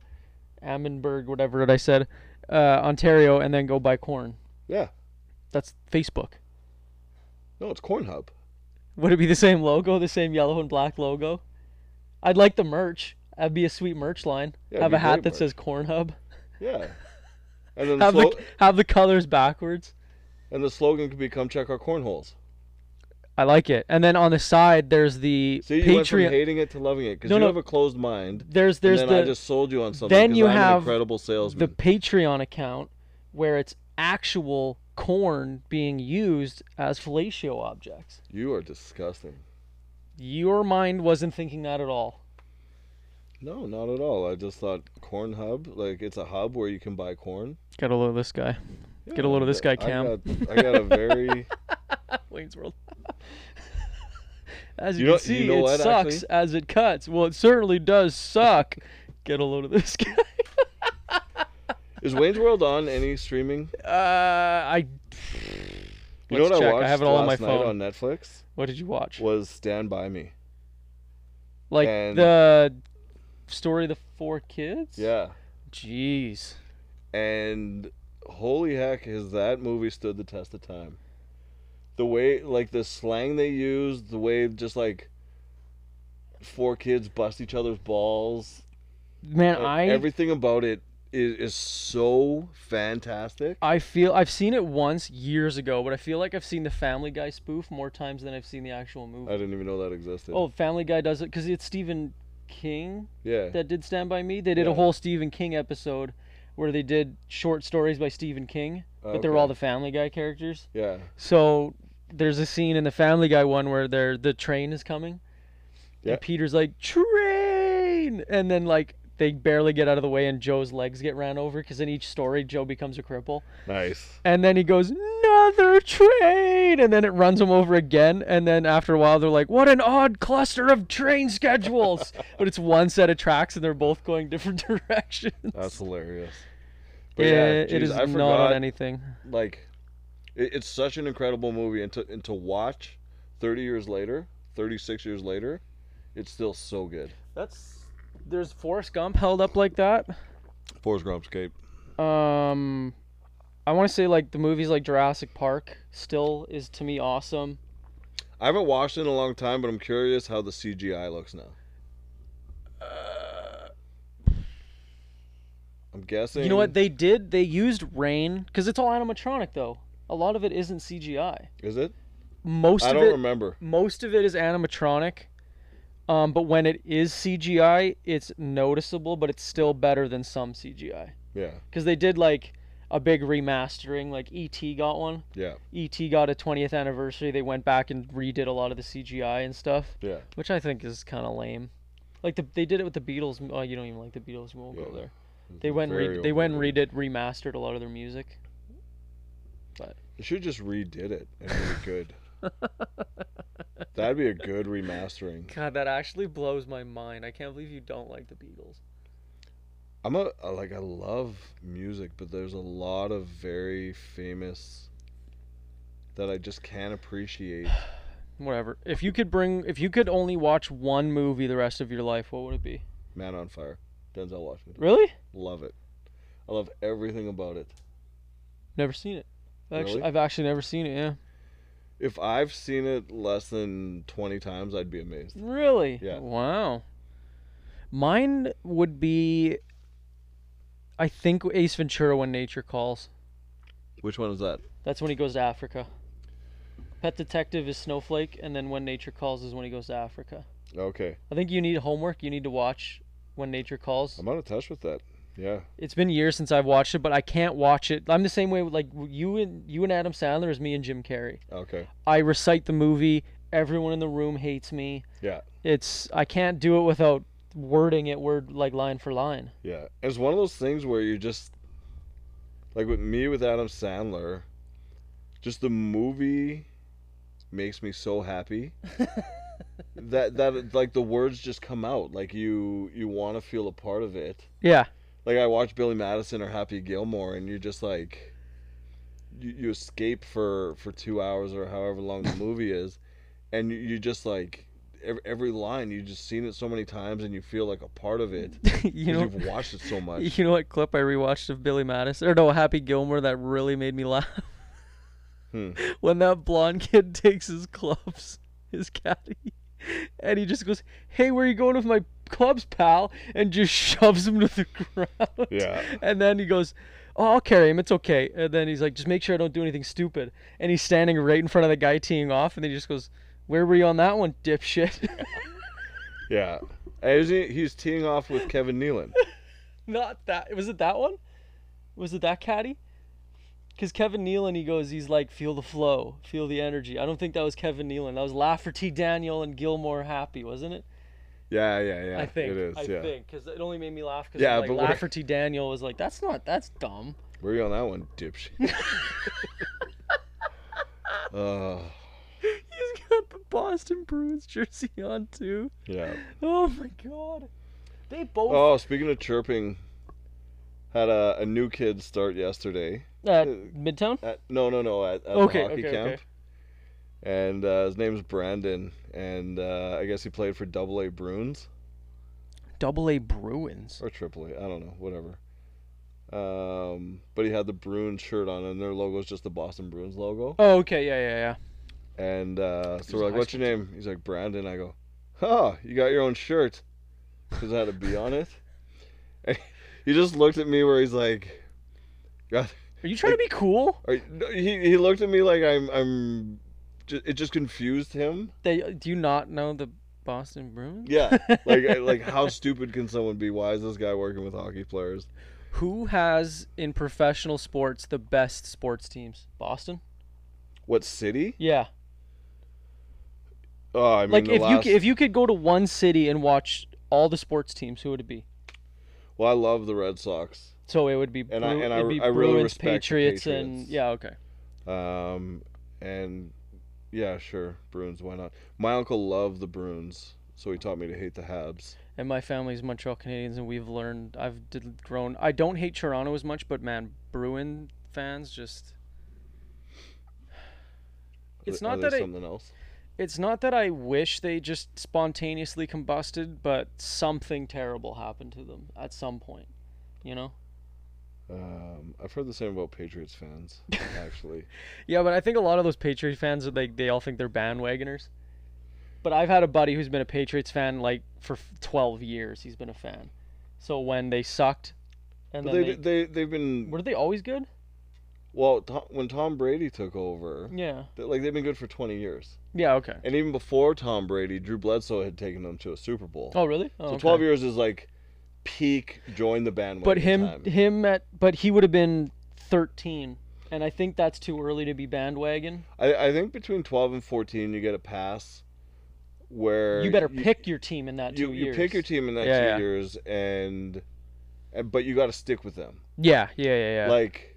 Speaker 1: Ammonburg, whatever it I said, uh, Ontario, and then go buy corn."
Speaker 2: Yeah.
Speaker 1: That's Facebook.
Speaker 2: No, it's Corn Hub.
Speaker 1: Would it be the same logo, the same yellow and black logo? I'd like the merch. That'd be a sweet merch line.
Speaker 2: Yeah, it'd
Speaker 1: have
Speaker 2: be
Speaker 1: a hat
Speaker 2: great
Speaker 1: that
Speaker 2: merch.
Speaker 1: says Corn Hub.
Speaker 2: Yeah. And then the,
Speaker 1: Have
Speaker 2: slo-
Speaker 1: the have the colors backwards.
Speaker 2: and the slogan could be "Come check our cornholes."
Speaker 1: I like it. And then on the side, there's the
Speaker 2: See, you went from
Speaker 1: Patreon.
Speaker 2: hating it to loving it because
Speaker 1: No,
Speaker 2: you
Speaker 1: no.
Speaker 2: have a closed mind.
Speaker 1: There's there's
Speaker 2: and then I
Speaker 1: the
Speaker 2: just sold you on something.
Speaker 1: then
Speaker 2: 'cause
Speaker 1: you
Speaker 2: I'm an
Speaker 1: have
Speaker 2: incredible salesman.
Speaker 1: the Patreon account where it's actual corn being used as fellatio objects.
Speaker 2: You are disgusting.
Speaker 1: Your mind wasn't thinking that at all.
Speaker 2: No, not at all. I just thought Corn Hub, like it's a hub where you can buy corn.
Speaker 1: Get a load of this guy. Get a
Speaker 2: Yeah,
Speaker 1: load of this guy,
Speaker 2: I
Speaker 1: Cam.
Speaker 2: got- I got a very
Speaker 1: Wayne's World. as you,
Speaker 2: You know-
Speaker 1: can see,
Speaker 2: you know
Speaker 1: it
Speaker 2: what,
Speaker 1: sucks
Speaker 2: actually?
Speaker 1: as it cuts. Well, it certainly does suck. Get a load of this guy.
Speaker 2: Is Wayne's World on any streaming?
Speaker 1: Uh, I.
Speaker 2: You
Speaker 1: Let's
Speaker 2: know what
Speaker 1: check.
Speaker 2: I watched
Speaker 1: have it all on my
Speaker 2: last night
Speaker 1: phone.
Speaker 2: on Netflix
Speaker 1: What did you watch?
Speaker 2: was Stand by Me.
Speaker 1: Like
Speaker 2: And-
Speaker 1: the story of the four kids?
Speaker 2: Yeah.
Speaker 1: Jeez.
Speaker 2: and holy heck has that movie stood the test of time the way like the slang they used the way just like four kids bust each other's balls
Speaker 1: Man,
Speaker 2: like,
Speaker 1: I
Speaker 2: everything about it it is so fantastic.
Speaker 1: I feel I've seen it once years ago, but I feel like I've seen the Family Guy spoof more times than I've seen the actual
Speaker 2: I
Speaker 1: movie.
Speaker 2: didn't even know that existed.
Speaker 1: Oh, Family Guy does it because it's Stephen King
Speaker 2: yeah.
Speaker 1: that did Stand by Me. They did a
Speaker 2: Yeah.
Speaker 1: whole Stephen King episode where they did short stories by Stephen King, but they were
Speaker 2: Okay.
Speaker 1: all the Family Guy characters.
Speaker 2: yeah.
Speaker 1: So there's a scene in the Family Guy one where they're the train is coming,
Speaker 2: Yeah.
Speaker 1: and Peter's like train, and then like they barely get out of the way, and Joe's legs get ran over because in each story Joe becomes a cripple,
Speaker 2: Nice.
Speaker 1: and then he goes another train, and then it runs him over again, and then after a while they're like what an odd cluster of train schedules, but it's one set of tracks and they're both going different directions.
Speaker 2: That's hilarious.
Speaker 1: yeah,
Speaker 2: But yeah,
Speaker 1: it
Speaker 2: geez,
Speaker 1: is
Speaker 2: I
Speaker 1: not
Speaker 2: forgot.
Speaker 1: on anything.
Speaker 2: Like, it, it's such an incredible movie, and to and to watch, thirty years later, thirty six years later, it's still so good.
Speaker 1: That's there's Forrest Gump held up like that.
Speaker 2: Forrest Gump's cape.
Speaker 1: um i want to say like the movies like jurassic park still is to me awesome
Speaker 2: I haven't watched it in a long time, but I'm curious how the CGI looks now. I'm guessing.
Speaker 1: you know what they did they used rain because it's all animatronic though a lot of it isn't cgi
Speaker 2: Is it?
Speaker 1: most
Speaker 2: I
Speaker 1: of
Speaker 2: don't
Speaker 1: it
Speaker 2: remember.
Speaker 1: most of it is animatronic um but when it is cgi it's noticeable but it's still better than some cgi
Speaker 2: Yeah,
Speaker 1: because they did like a big remastering like et got one
Speaker 2: yeah,
Speaker 1: et got a 20th anniversary they went back and redid a lot of the cgi and stuff
Speaker 2: yeah.
Speaker 1: which I think is kind of lame. Like the, they did it with the Beatles. m- Oh, you don't even like the Beatles. We won't go
Speaker 2: Yeah.
Speaker 1: there. They went and re-
Speaker 2: Very
Speaker 1: they went and
Speaker 2: overrated.
Speaker 1: redid remastered a lot of their music.
Speaker 2: They should just redid it and be good. That'd be a good remastering.
Speaker 1: God, that actually blows my mind. I can't believe you don't like the Beatles.
Speaker 2: I'm a I- like I love music, but there's a lot of very famous that I just can't appreciate.
Speaker 1: Whatever. If you could bring, if you could only watch one movie the rest of your life, what would it be?
Speaker 2: Man on Fire, Denzel Washington.
Speaker 1: Really?
Speaker 2: Love it. I love everything about it.
Speaker 1: Never seen it. Actually,
Speaker 2: Really?
Speaker 1: I've actually never seen it. Yeah.
Speaker 2: If I've seen it less than 20 times, I'd be amazed.
Speaker 1: Really?
Speaker 2: Yeah.
Speaker 1: Wow. Mine would be, I think Ace Ventura: When Nature Calls.
Speaker 2: Which one is that?
Speaker 1: That's when he goes to Africa. Pet Detective is Snowflake, and then When Nature Calls is when he goes to Africa.
Speaker 2: Okay.
Speaker 1: I think you need homework. You need to watch When Nature Calls.
Speaker 2: I'm out of touch with that. Yeah.
Speaker 1: It's been years since I've watched it, but I can't watch it. I'm the same way with like you and you and Adam Sandler is me and Jim Carrey.
Speaker 2: Okay.
Speaker 1: I recite the movie. Everyone in the room hates me.
Speaker 2: Yeah.
Speaker 1: It's I can't do it without wording it word like line for line.
Speaker 2: Yeah. It's one of those things where you just like with me with Adam Sandler, just the movie makes me so happy that that like the words just come out. Like you you want to feel a part of it.
Speaker 1: Yeah.
Speaker 2: Like I watch Billy Madison or Happy Gilmore and you're just like you, you escape for for 2 hours or however long the movie is and you, you just like every, every line you just seen it so many times and you feel like a part of it.
Speaker 1: you
Speaker 2: because
Speaker 1: know
Speaker 2: you've watched it so much.
Speaker 1: you know what clip I rewatched of Billy Madison or no Happy Gilmore that really made me laugh.
Speaker 2: Hmm.
Speaker 1: When that blonde kid takes his clubs, his caddy, and he just goes, "Hey, where you going with my clubs, pal?" and just shoves him to the ground.
Speaker 2: Yeah.
Speaker 1: And then he goes, "Oh, I'll carry him. It's okay." And then he's like, "Just make sure I don't do anything stupid." And he's standing right in front of the guy teeing off, and then he just goes, "Where were you on that one, dipshit?"
Speaker 2: Yeah. And isn't he- he's teeing off with Kevin Nealon.
Speaker 1: Not that. Was it that one? Was it that caddy? Because Kevin Nealon, he goes, he's like, feel the flow, feel the energy. I don't think that was Kevin Nealon. That was Lafferty, Daniel, and Gilmore Happy, wasn't it?
Speaker 2: Yeah, yeah, yeah.
Speaker 1: I think.
Speaker 2: it is.
Speaker 1: I
Speaker 2: yeah.
Speaker 1: think. Because it only made me laugh because
Speaker 2: Yeah,
Speaker 1: like,
Speaker 2: but what-
Speaker 1: Lafferty, Daniel was like, that's not, that's dumb.
Speaker 2: Where are you on that one, dipshit? Oh,
Speaker 1: He's got the Boston Bruins jersey on, too.
Speaker 2: yeah.
Speaker 1: Oh, my God. They both.
Speaker 2: Oh, speaking of chirping, had a, a new kid start yesterday.
Speaker 1: at Uh, Midtown?
Speaker 2: At, no, no, no. At, at
Speaker 1: Okay,
Speaker 2: the hockey
Speaker 1: okay,
Speaker 2: camp. And uh, his name's Brandon, and uh, I guess he played for Double A Bruins
Speaker 1: Double A Bruins.
Speaker 2: or Triple A. I don't know, whatever. Um, but he had the Bruins shirt on, and their logo is just the Boston Bruins logo.
Speaker 1: Oh, okay. Yeah, yeah, yeah.
Speaker 2: And uh,
Speaker 1: He
Speaker 2: so
Speaker 1: was
Speaker 2: we're
Speaker 1: in
Speaker 2: like,
Speaker 1: high
Speaker 2: "What's your name?" He's like, "Brandon." I go, "Huh? You got your own shirt?" Because I had a B on it. And He just looked at me where he's like, God,
Speaker 1: Are you trying to be cool?
Speaker 2: are, you- no, he he looked at me like I'm I'm. ju- It just confused him.
Speaker 1: They, do you not know the Boston Bruins?
Speaker 2: Yeah, like I- like how stupid can someone be? Why is this guy working with hockey players?
Speaker 1: Who has in professional sports the best sports teams? Boston.
Speaker 2: What city?
Speaker 1: Yeah.
Speaker 2: Oh, I mean,
Speaker 1: like
Speaker 2: the
Speaker 1: if you
Speaker 2: last-
Speaker 1: you if you could go to one city and watch all the sports teams, who would it be?
Speaker 2: well, I love the Red Sox.
Speaker 1: So it would be
Speaker 2: And I-
Speaker 1: Bru-
Speaker 2: and I-
Speaker 1: it'd be
Speaker 2: I really
Speaker 1: Bruins,
Speaker 2: respect the
Speaker 1: Patriots, and
Speaker 2: Patriots.
Speaker 1: yeah, okay.
Speaker 2: Um, and yeah, sure, Bruins. Why not? My uncle loved the Bruins, so he taught me to hate the Habs.
Speaker 1: And my family's Montreal Canadiens, and we've learned. I've d- grown. I don't hate Toronto as much, but man, Bruin fans just. It's
Speaker 2: Are- are
Speaker 1: not
Speaker 2: they
Speaker 1: that I.
Speaker 2: something else.
Speaker 1: It's not that I wish they just spontaneously combusted, but something terrible happened to them at some point. You know.
Speaker 2: Um, I've heard the same about Patriots fans, actually.
Speaker 1: Yeah, but I think a lot of those Patriots fans, they they all think they're bandwagoners. But I've had a buddy who's been a Patriots fan like for f- 12 years. He's been a fan. So when they sucked, and
Speaker 2: but
Speaker 1: then
Speaker 2: they,
Speaker 1: they,
Speaker 2: they they've been
Speaker 1: were they always good?
Speaker 2: well Tom, when Tom Brady took over,
Speaker 1: Yeah.
Speaker 2: they- like they've been good for twenty years,
Speaker 1: Yeah. Okay.
Speaker 2: and even before Tom Brady, Drew Bledsoe had taken them to a Super Bowl.
Speaker 1: Oh really? Oh,
Speaker 2: so
Speaker 1: okay.
Speaker 2: twelve years is like peak join the bandwagon.
Speaker 1: But him,
Speaker 2: time.
Speaker 1: him at, but he would have been 13, and I think that's too early to be bandwagon.
Speaker 2: I, I think between twelve and fourteen, you get a pass. Where
Speaker 1: You better pick your team in that
Speaker 2: you,
Speaker 1: two
Speaker 2: you
Speaker 1: years.
Speaker 2: pick your team in that
Speaker 1: Yeah,
Speaker 2: two
Speaker 1: yeah.
Speaker 2: years and, and but you got to stick with them
Speaker 1: Yeah. Yeah. Yeah. Yeah.
Speaker 2: like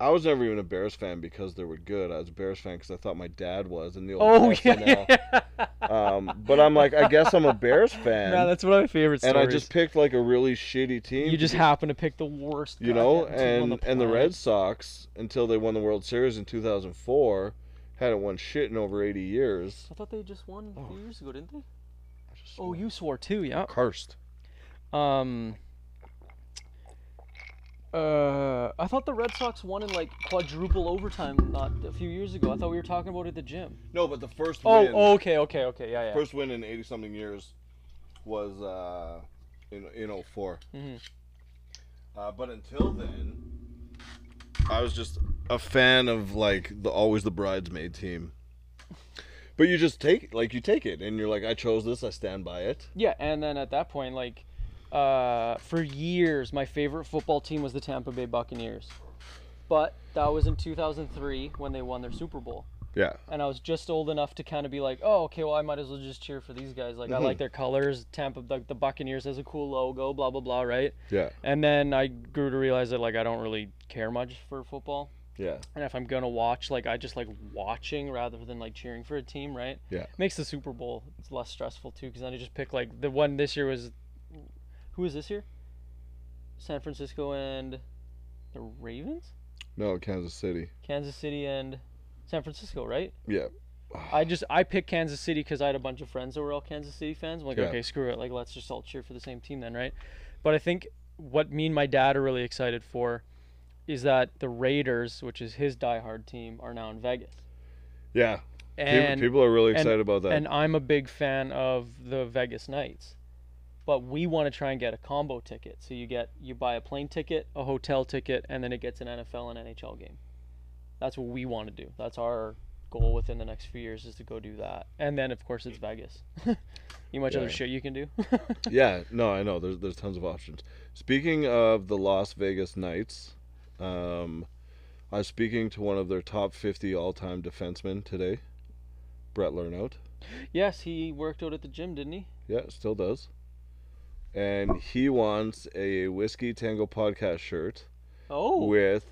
Speaker 2: i was never even a bears fan because they were good i was a bears fan because i thought my dad was and the old
Speaker 1: oh
Speaker 2: Paso
Speaker 1: yeah.
Speaker 2: now. um but i'm like i guess i'm a bears fan
Speaker 1: no, that's one of my favorite stories.
Speaker 2: and i just picked like a really shitty team
Speaker 1: You just
Speaker 2: to-
Speaker 1: happen to pick the worst.
Speaker 2: you know
Speaker 1: goddamn team on
Speaker 2: and and the
Speaker 1: planet.
Speaker 2: red sox until they won the world series in 2004 hadn't won shit in over 80 years
Speaker 1: I thought they just won a few years ago, didn't they?
Speaker 2: I just
Speaker 1: Oh,
Speaker 2: swear.
Speaker 1: you swore too, yeah.
Speaker 2: cursed
Speaker 1: Um. Uh, I thought the Red Sox won in like quadruple overtime not a few years ago. I thought we were talking about it at the gym.
Speaker 2: no but the first
Speaker 1: Oh,
Speaker 2: win-
Speaker 1: oh okay, okay, okay, yeah, yeah.
Speaker 2: First win in 80 something years was uh, in, in 4
Speaker 1: Mhm.
Speaker 2: Uh, but until then, I was just a fan of like the always the bridesmaid team. But you just take like you take it and you're like I chose this I stand by it.
Speaker 1: Yeah, and then at that point, like, uh, for years, my favorite football team was the Tampa Bay Buccaneers, but that was in 2003 when they won their Super Bowl.
Speaker 2: Yeah.
Speaker 1: and I was just old enough to kind of be like, oh, okay, well, I might as well just cheer for these guys. Like, I like their colors. Tampa, the, the Buccaneers has a cool logo, blah blah blah, right?
Speaker 2: Yeah.
Speaker 1: And then I grew to realize that like I don't really care much for football,
Speaker 2: Yeah.
Speaker 1: and if I'm gonna watch, like I just like watching rather than like cheering for a team, right?
Speaker 2: Yeah.
Speaker 1: Makes the Super Bowl it's less stressful too, because then I just pick like the one this year was, who was this year? San Francisco and the Ravens,
Speaker 2: No, Kansas City.
Speaker 1: Kansas City and San Francisco, right?
Speaker 2: Yeah.
Speaker 1: I just I picked Kansas City because I had a bunch of friends that were all Kansas City fans. I'm like,
Speaker 2: Yeah.
Speaker 1: okay, screw it. Like, let's just all cheer for the same team then, right? But I think what me and my dad are really excited for is that the Raiders, which is his diehard team, are now in Vegas.
Speaker 2: Yeah.
Speaker 1: And
Speaker 2: people, people are really
Speaker 1: and-
Speaker 2: excited about that.
Speaker 1: and I'm a big fan of the Vegas Knights. But we want to try and get a combo ticket. So you get you buy a plane ticket, a hotel ticket, and then it gets an NFL and NHL game. That's what we want to do. That's our goal within the next few years is to go do that. And then of course it's Vegas. you much
Speaker 2: Yeah.
Speaker 1: other shit you can do.
Speaker 2: yeah, no, I know. There's there's tons of options. Speaking of the Las Vegas Knights, um, I was speaking to one of their top 50 all-time defensemen today, Brett Lernout.
Speaker 1: yes, he worked out at the gym, didn't he?
Speaker 2: Yeah, still does. And he wants a whiskey tango podcast shirt
Speaker 1: Oh,
Speaker 2: with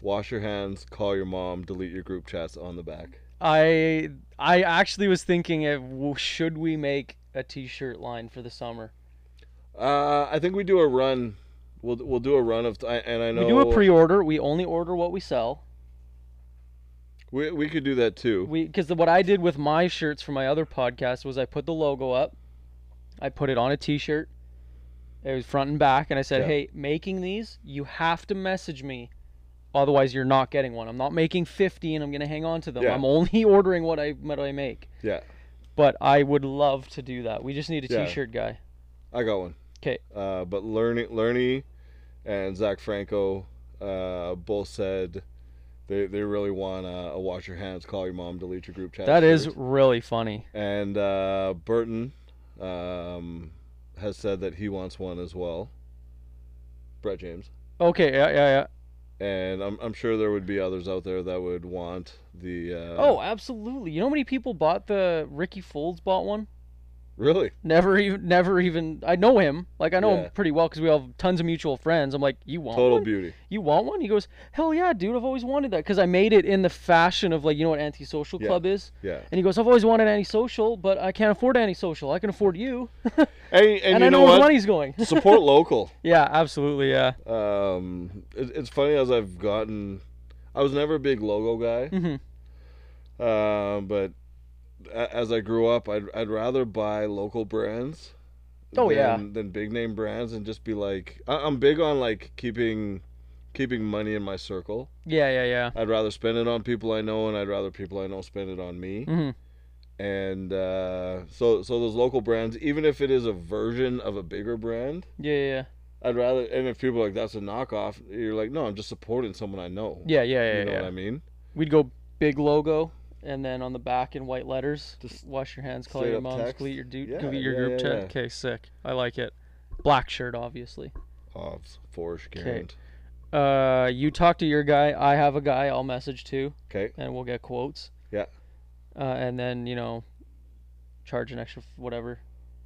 Speaker 2: "Wash your hands, call your mom, delete your group chats" on the back.
Speaker 1: I I actually was thinking, of, w- should we make a T-shirt line for the summer?
Speaker 2: Uh, I think we do a run. We'll we'll do a run of I- and I know
Speaker 1: We do a pre-order. We only order what we sell.
Speaker 2: we, we could do that too.
Speaker 1: We because what I did with my shirts for my other podcast was I put the logo up, I put it on a T-shirt. It was front and back, and I said,
Speaker 2: Yeah.
Speaker 1: "Hey, making these, you have to message me, otherwise you're not getting one. I'm not making 50, and I'm gonna hang on to them.
Speaker 2: Yeah.
Speaker 1: I'm only ordering what I what I make.
Speaker 2: Yeah,
Speaker 1: But I would love to do that. We just need a
Speaker 2: Yeah.
Speaker 1: shirt guy.
Speaker 2: I got one.
Speaker 1: 'Kay.
Speaker 2: Uh, but Lerny, Lerny and Zach Franco uh, both said they, they really want a, a wash your hands, call your mom, delete your group chat.
Speaker 1: That is
Speaker 2: shirt.
Speaker 1: really funny.
Speaker 2: And uh, Burton um, has said that he wants one as well. Brett James.
Speaker 1: Okay, yeah, yeah, yeah.
Speaker 2: And I'm, I'm sure there would be others out there that would want the. Uh,
Speaker 1: Oh, absolutely. You know how many people bought the Ricky Folds bought one?
Speaker 2: Really?
Speaker 1: Never even, never even. I know him. Like I know
Speaker 2: Yeah.
Speaker 1: him pretty well because we all have tons of mutual friends. I'm like, you want
Speaker 2: Total
Speaker 1: one?
Speaker 2: beauty.
Speaker 1: you want one? He goes, hell yeah, dude. I've always wanted that because I made it in the fashion of like you know what antisocial
Speaker 2: Yeah.
Speaker 1: club is.
Speaker 2: Yeah.
Speaker 1: And he goes, I've always wanted antisocial, but I can't afford antisocial. I can afford you,
Speaker 2: And, and,
Speaker 1: and
Speaker 2: you
Speaker 1: I know,
Speaker 2: know
Speaker 1: where
Speaker 2: what?
Speaker 1: money's going.
Speaker 2: Support local.
Speaker 1: yeah, absolutely. Yeah.
Speaker 2: Um, it, it's funny as I've gotten. I was never a big logo guy.
Speaker 1: Mhm.
Speaker 2: Um, but a- as I grew up, I'd I'd rather buy local brands.
Speaker 1: Oh,
Speaker 2: than,
Speaker 1: yeah.
Speaker 2: Than big name brands, and just be like, I- I'm big on like keeping, keeping money in my circle.
Speaker 1: Yeah, yeah, yeah.
Speaker 2: I'd rather spend it on people I know, and I'd rather people I know spend it on me.
Speaker 1: hmm
Speaker 2: And uh, so so those local brands, even if it is a version of a bigger brand,
Speaker 1: Yeah, yeah,
Speaker 2: I'd rather. And if people are like, that's a knockoff, you're like, no, I'm just supporting someone I know.
Speaker 1: yeah, yeah, yeah.
Speaker 2: you know
Speaker 1: yeah.
Speaker 2: what I mean?
Speaker 1: We'd go big logo, and then on the back in white letters,
Speaker 2: Just
Speaker 1: wash your hands, call
Speaker 2: straight
Speaker 1: your
Speaker 2: up
Speaker 1: mom,
Speaker 2: text.
Speaker 1: delete your dude,
Speaker 2: Yeah,
Speaker 1: delete your
Speaker 2: yeah,
Speaker 1: group
Speaker 2: yeah,
Speaker 1: chat.
Speaker 2: yeah.
Speaker 1: Okay, sick. I like it. Black shirt, obviously.
Speaker 2: Oh, Forge Garand.
Speaker 1: Uh, you talk to your guy. I have a guy. I'll message too,
Speaker 2: Okay.
Speaker 1: and we'll get quotes.
Speaker 2: Yeah.
Speaker 1: Uh, and then you know, charge an extra f- whatever.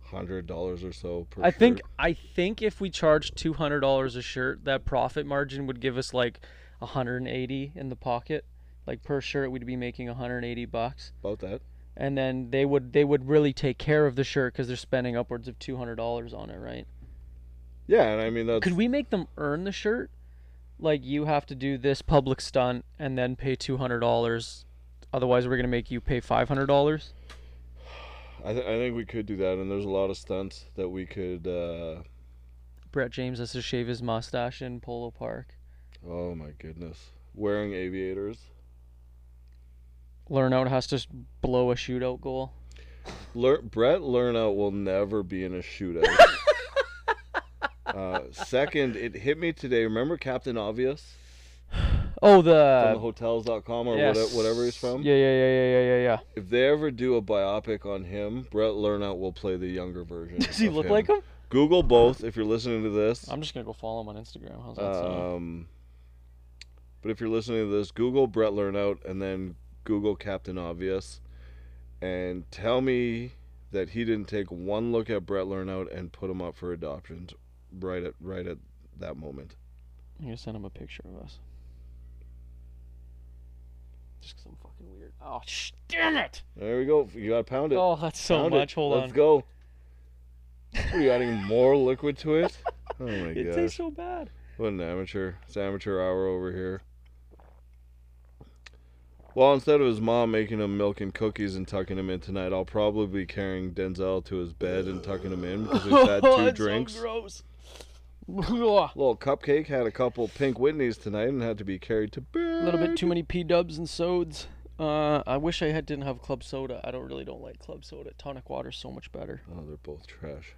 Speaker 2: hundred dollars or so per.
Speaker 1: I think
Speaker 2: shirt.
Speaker 1: I think if we charged two hundred dollars a shirt, that profit margin would give us like hundred and eighty in the pocket. Like per shirt, we'd be making hundred and eighty bucks.
Speaker 2: about that.
Speaker 1: and then they would they would really take care of the shirt because they're spending upwards of two hundred dollars on it, right?
Speaker 2: Yeah, and I mean that's
Speaker 1: Could we make them earn the shirt? Like you have to do this public stunt and then pay two hundred dollars, otherwise we're gonna make you pay five hundred dollars.
Speaker 2: I, th- I think we could do that, and there's a lot of stunts that we could. uh
Speaker 1: Brett James has to shave his mustache in Polo Park.
Speaker 2: Oh my goodness, wearing aviators.
Speaker 1: Learnout has to s- blow a shootout goal.
Speaker 2: Lear- Brett Lerna will never be in a shootout. uh, second, it hit me today. Remember Captain Obvious
Speaker 1: Oh,
Speaker 2: from the
Speaker 1: the
Speaker 2: Hotels.com or
Speaker 1: yes.
Speaker 2: whate- whatever he's from?
Speaker 1: Yeah, yeah, yeah, yeah, yeah, yeah, yeah.
Speaker 2: If they ever do a biopic on him, Brett Lerna will play the younger version.
Speaker 1: Does he
Speaker 2: of
Speaker 1: look
Speaker 2: him.
Speaker 1: like him?
Speaker 2: Google both if you're listening to this.
Speaker 1: I'm just gonna go follow him on Instagram. How's that sound?
Speaker 2: Um, but if you're listening to this, Google Brett Learnout and then Google Captain Obvious, and tell me that he didn't take one look at Brett Learnout and put him up for adoptions right at right at that moment.
Speaker 1: I'm gonna send him a picture of us. Just 'cause I'm fucking weird. Oh, sh- damn it!
Speaker 2: There we go. You gotta pound it.
Speaker 1: Oh, that's so
Speaker 2: Pound it.
Speaker 1: much. Hold
Speaker 2: Let's
Speaker 1: on.
Speaker 2: go. What, Are you adding more liquid to it? Oh my
Speaker 1: It
Speaker 2: gosh.
Speaker 1: tastes so bad.
Speaker 2: What an amateur. It's amateur hour over here. Well, instead of his mom making him milk and cookies and tucking him in tonight, I'll probably be carrying Denzel to his bed and tucking him in because we've had two
Speaker 1: it's
Speaker 2: drinks.
Speaker 1: So gross. Ugh.
Speaker 2: Little Cupcake had a couple Pink Whitneys tonight and had to be carried to bed.
Speaker 1: a little bit too many p dubs and sodas. Uh, I wish I had didn't have club soda. I don't really don't like club soda. Tonic water's so much better.
Speaker 2: Oh, they're both trash.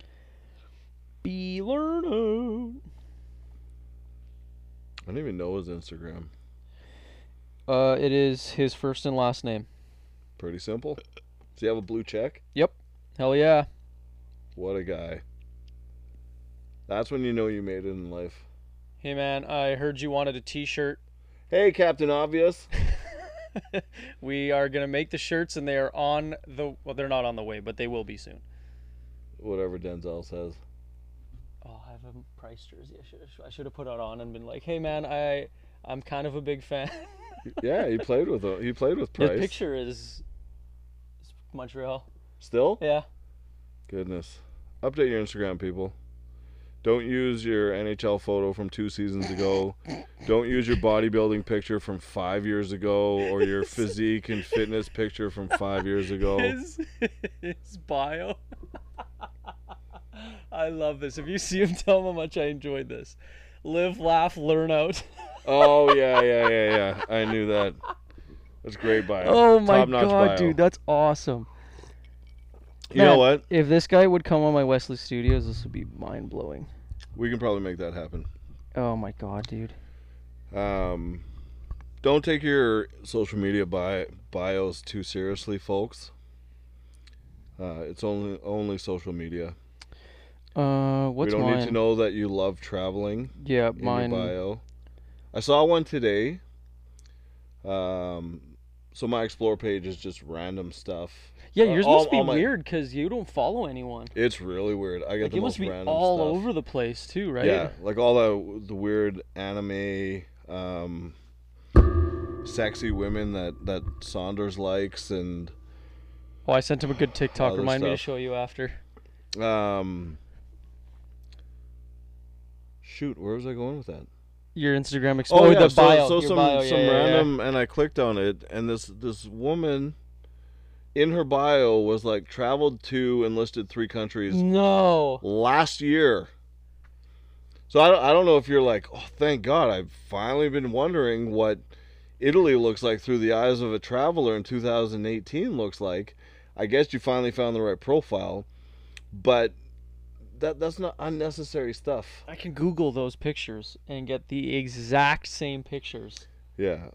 Speaker 1: Be learning.
Speaker 2: I don't even know his Instagram.
Speaker 1: Uh, it is his first and last name.
Speaker 2: Pretty simple. Does he have a blue check?
Speaker 1: Hell yeah.
Speaker 2: What a guy. That's when you know you made it in life.
Speaker 1: Hey man, I heard you wanted a T-shirt.
Speaker 2: Hey, Captain Obvious.
Speaker 1: we are gonna make the shirts, and they are on the. Well, they're not on the way, but they will be soon.
Speaker 2: Whatever Denzel says.
Speaker 1: Oh, I have a price jersey. I should I should have put it on and been like, "Hey, man, I I'm kind of a big fan."
Speaker 2: Yeah, he played with uh, he played with
Speaker 1: The
Speaker 2: Price.
Speaker 1: picture is, is Montreal.
Speaker 2: Still?
Speaker 1: Yeah.
Speaker 2: Goodness. Update your Instagram, people. Don't use your NHL photo from two seasons ago. Don't use your bodybuilding picture from five years ago or your physique and fitness picture from five years ago.
Speaker 1: His his bio. I love this. If you see him, tell him how much I enjoyed this. Live, laugh, learn out.
Speaker 2: Oh, yeah, yeah, yeah, yeah. I knew that. That's great bio.
Speaker 1: Oh my
Speaker 2: Top-notch
Speaker 1: god,
Speaker 2: bio.
Speaker 1: dude, that's awesome.
Speaker 2: You know
Speaker 1: Man.
Speaker 2: what?
Speaker 1: If this guy would come on my Wesley Studios, this would be mind blowing.
Speaker 2: We can probably make that happen.
Speaker 1: Oh my god, dude.
Speaker 2: Um, don't take your social media bi- bios too seriously, folks. Uh, it's only only social media.
Speaker 1: Uh, what's
Speaker 2: we don't
Speaker 1: mine?
Speaker 2: need to know that you love traveling
Speaker 1: yeah,
Speaker 2: in
Speaker 1: mine.
Speaker 2: your bio. I saw one today. Um, so my explore page is just random stuff.
Speaker 1: Yeah,
Speaker 2: Uh,
Speaker 1: yours
Speaker 2: all-
Speaker 1: must be
Speaker 2: all my-
Speaker 1: weird because you don't follow anyone.
Speaker 2: It's really weird. I get
Speaker 1: Like
Speaker 2: the
Speaker 1: it
Speaker 2: most
Speaker 1: must be
Speaker 2: random
Speaker 1: all
Speaker 2: stuff.
Speaker 1: over the place too, right?
Speaker 2: Yeah, like all the the weird anime, um, sexy women that that Saunders likes, and
Speaker 1: Oh, I sent him a good TikTok.
Speaker 2: Other
Speaker 1: Remind me to
Speaker 2: stuff.
Speaker 1: show you after.
Speaker 2: um, shoot, where was I going with that?
Speaker 1: Your Instagram explore. the
Speaker 2: Oh, so,
Speaker 1: bio.
Speaker 2: so
Speaker 1: your
Speaker 2: some
Speaker 1: bio, yeah,
Speaker 2: some
Speaker 1: yeah, yeah.
Speaker 2: random, and I clicked on it, and this this woman. In her bio was like traveled to and listed three countries
Speaker 1: No.
Speaker 2: last year. So I don't, I don't know if you're like, oh, thank God, I've finally been wondering what Italy looks like through the eyes of a traveler in 2018 looks like. I guess you finally found the right profile, but that that's not unnecessary stuff.
Speaker 1: I can Google those pictures and get the exact same pictures.
Speaker 2: Yeah.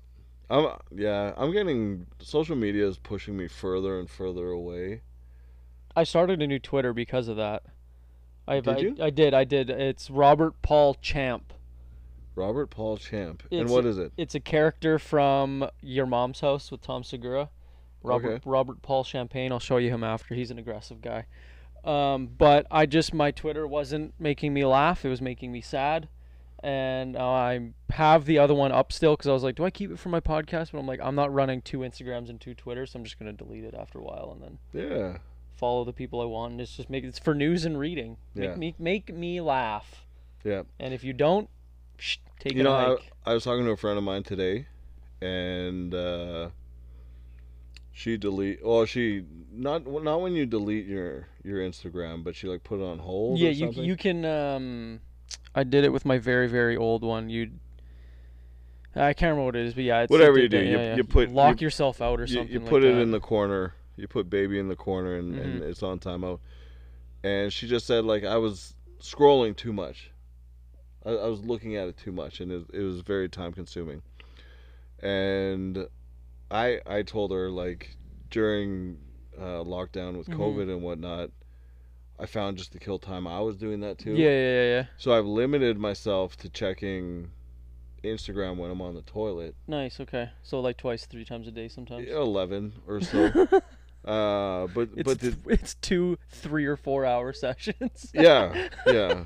Speaker 2: I'm yeah, I'm getting social media is pushing me further and further away.
Speaker 1: I started a new Twitter because of that. I've,
Speaker 2: Did
Speaker 1: I,
Speaker 2: you?
Speaker 1: I did. I did. It's Robert Paul Champ.
Speaker 2: Robert Paul Champ. and
Speaker 1: It's-
Speaker 2: what is it?
Speaker 1: It's a character from Your Mom's House with Tom Segura. Robert
Speaker 2: Okay.
Speaker 1: Robert Paul Champagne. I'll show you him after. He's an aggressive guy. Um, but I just my Twitter wasn't making me laugh. It was making me sad, and I have the other one up still because I was like, do I keep it for my podcast? But I'm like, I'm not running two Instagrams and two Twitters. So I'm just gonna delete it after a while and then
Speaker 2: Yeah.
Speaker 1: follow the people I want. And it's just make it's for news and reading.
Speaker 2: Yeah.
Speaker 1: Make me make me laugh.
Speaker 2: Yeah.
Speaker 1: And if you don't, psh, take
Speaker 2: you
Speaker 1: it.
Speaker 2: know,
Speaker 1: a
Speaker 2: I,
Speaker 1: hike.
Speaker 2: I was talking to a friend of mine today, and uh, she delete. Well, she not well, not when you delete your your Instagram, but she like put it on hold.
Speaker 1: yeah
Speaker 2: or
Speaker 1: you,
Speaker 2: something.
Speaker 1: you can um i did it with my very very old one you i can't remember what it is but yeah it's
Speaker 2: Whatever
Speaker 1: did
Speaker 2: you do,
Speaker 1: that,
Speaker 2: you-
Speaker 1: yeah, yeah.
Speaker 2: you put-
Speaker 1: lock
Speaker 2: you-
Speaker 1: yourself out or
Speaker 2: You-
Speaker 1: something
Speaker 2: you
Speaker 1: like
Speaker 2: put it
Speaker 1: that. Mm-hmm.
Speaker 2: in the corner. You put baby in the corner, and, and it's on timeout. And she just said like I was scrolling too much. I, I was looking at it too much, and it, it was very time consuming. And I I told her like during uh, lockdown with
Speaker 1: Mhm.
Speaker 2: COVID and whatnot, I found just to kill time I was doing that too.
Speaker 1: yeah yeah yeah yeah
Speaker 2: So I've limited myself to checking Instagram when I'm on the toilet,
Speaker 1: nice okay so like twice three times a day sometimes
Speaker 2: eleven or so. Uh, but
Speaker 1: it's,
Speaker 2: but the,
Speaker 1: th- it's two three or four hour sessions
Speaker 2: yeah, yeah.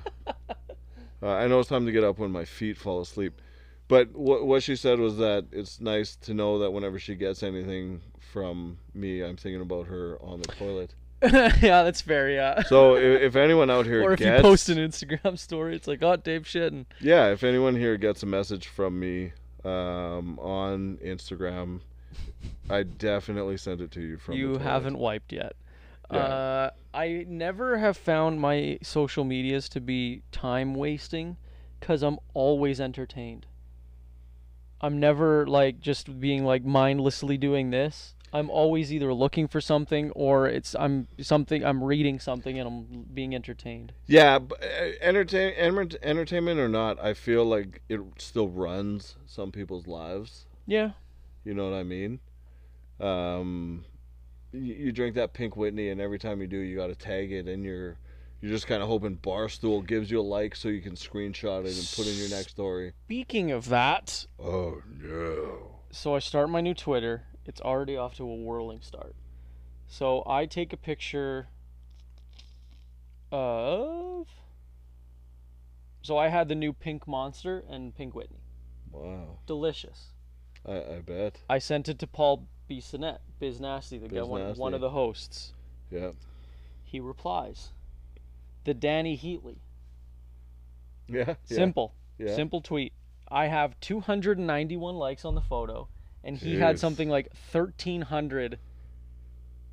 Speaker 2: Uh, I know it's time to get up when my feet fall asleep. But what what she said was that it's nice to know that whenever she gets anything from me, I'm thinking about her on the toilet.
Speaker 1: yeah that's fair yeah
Speaker 2: So if, if anyone out here
Speaker 1: or if
Speaker 2: gets,
Speaker 1: you post an instagram story it's like oh dave shitting
Speaker 2: yeah, if anyone here gets a message from me um, on Instagram, I definitely send it to you from. the
Speaker 1: you
Speaker 2: toilet.
Speaker 1: haven't wiped yet.
Speaker 2: Yeah.
Speaker 1: Uh, I never have found my social medias to be time wasting because I'm always entertained. I'm never like just being like mindlessly doing this. I'm always either looking for something or it's I'm something I'm reading something and I'm being entertained.
Speaker 2: Yeah, b- eh, entertain, enter- entertainment or not, I feel like it still runs some people's lives.
Speaker 1: Yeah.
Speaker 2: You know what I mean? Um, you, you drink that Pink Whitney, and every time you do, you got to tag it, and you're you're just kind of hoping Barstool gives you a like so you can screenshot it and put in your next story.
Speaker 1: Speaking of that,
Speaker 2: Oh no!
Speaker 1: so I start my new Twitter. It's already off to a whirling start. So I take a picture of. So I had the new Pink Monster and Pink Whitney.
Speaker 2: Wow,
Speaker 1: Delicious.
Speaker 2: I, I bet.
Speaker 1: I sent it to Paul Bissonette, Biz Nasty, the guy,
Speaker 2: Biz
Speaker 1: one, one
Speaker 2: Nasty.
Speaker 1: of the hosts.
Speaker 2: Yeah,
Speaker 1: He replies, "The Danny Heatley."
Speaker 2: yeah, yeah.
Speaker 1: Simple,
Speaker 2: Yeah.
Speaker 1: simple tweet. I have 291 likes on the photo, and he had
Speaker 2: Jeez.
Speaker 1: something like 1,300,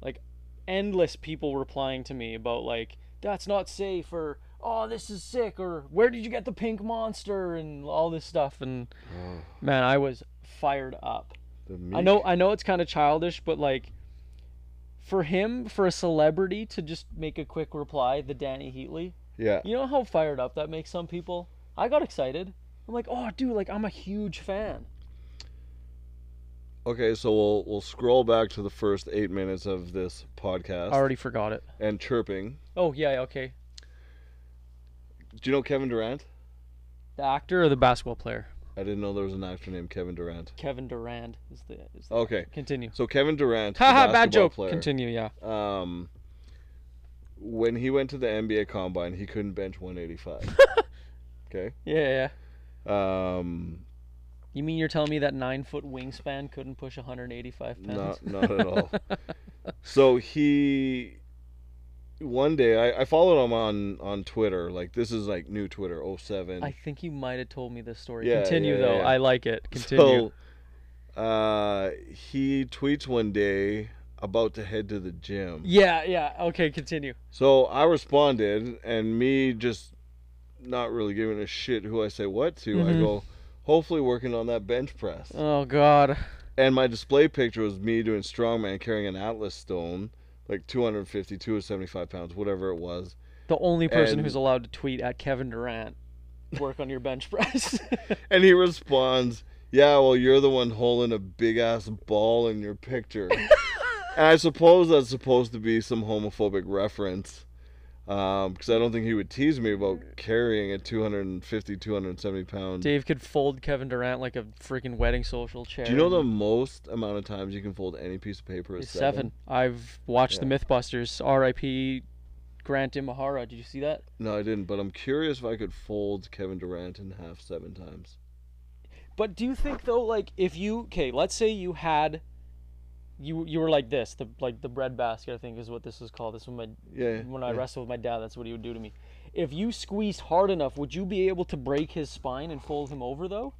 Speaker 1: like endless people replying to me about like that's not safe or oh this is sick or where did you get the pink monster and all this stuff and
Speaker 2: Oh,
Speaker 1: man I was fired up.
Speaker 2: the
Speaker 1: I know I know it's kind of childish, but like for him, for a celebrity to just make a quick reply, the Danny Heatley,
Speaker 2: Yeah.
Speaker 1: you know how fired up that makes some people? I got excited. I'm like, oh, dude, like, I'm a huge fan.
Speaker 2: Okay, so we'll we'll scroll back to the first eight minutes of this podcast
Speaker 1: I already forgot it.
Speaker 2: and chirping.
Speaker 1: Oh, yeah, okay.
Speaker 2: Do you know Kevin Durant?
Speaker 1: The actor or the basketball player?
Speaker 2: I didn't know there was an actor named Kevin Durant.
Speaker 1: Kevin Durand is the. Is the
Speaker 2: Okay,
Speaker 1: Oh, Continue.
Speaker 2: so Kevin Durant, the
Speaker 1: Haha, bad
Speaker 2: basketball
Speaker 1: joke.
Speaker 2: player,
Speaker 1: Continue, yeah.
Speaker 2: um, when he went to the NBA Combine, he couldn't bench 185. okay,
Speaker 1: Yeah, yeah, yeah.
Speaker 2: um,
Speaker 1: You mean you're telling me that nine foot wingspan couldn't push 185 pounds?
Speaker 2: Not, not at all. so he, one day, I, I followed him on on Twitter. Like this is like new Twitter, 07.
Speaker 1: I think you might have told me this story.
Speaker 2: Yeah,
Speaker 1: Continue
Speaker 2: yeah,
Speaker 1: though.
Speaker 2: yeah.
Speaker 1: I like it. Continue.
Speaker 2: So, uh, he tweets one day about to head to the gym.
Speaker 1: yeah, yeah. Okay, continue.
Speaker 2: So I responded, and me just not really giving a shit who I say what to. I
Speaker 1: Mhm.
Speaker 2: go, hopefully working on that bench press.
Speaker 1: Oh God.
Speaker 2: And my display picture was me doing strongman carrying an Atlas stone, like 250, 275 pounds, whatever it was.
Speaker 1: The only person
Speaker 2: And-
Speaker 1: who's allowed to tweet at Kevin Durant, work on your bench press.
Speaker 2: And he responds, Yeah, well, you're the one holding a big ass ball in your picture. and I suppose that's supposed to be some homophobic reference. Because I don't think he would tease me about carrying a 250, 270 pound.
Speaker 1: Dave could fold Kevin Durant like a freaking wedding social chair.
Speaker 2: Do you know the
Speaker 1: and-
Speaker 2: most amount of times you can fold any piece of paper is
Speaker 1: It's seven. I've watched the MythBusters. R.I.P. Grant Imahara. Did you see that?
Speaker 2: No, I didn't, but I'm curious if I could fold Kevin Durant in half seven times.
Speaker 1: But do you think though, like, if you okay, let's say you had, you you were like this, the like the bread basket, I think is what this is called. This is when my
Speaker 2: Yeah.
Speaker 1: when I
Speaker 2: yeah.
Speaker 1: wrestled with my dad, that's what he would do to me. If you squeezed hard enough, would you be able to break his spine and fold him over though?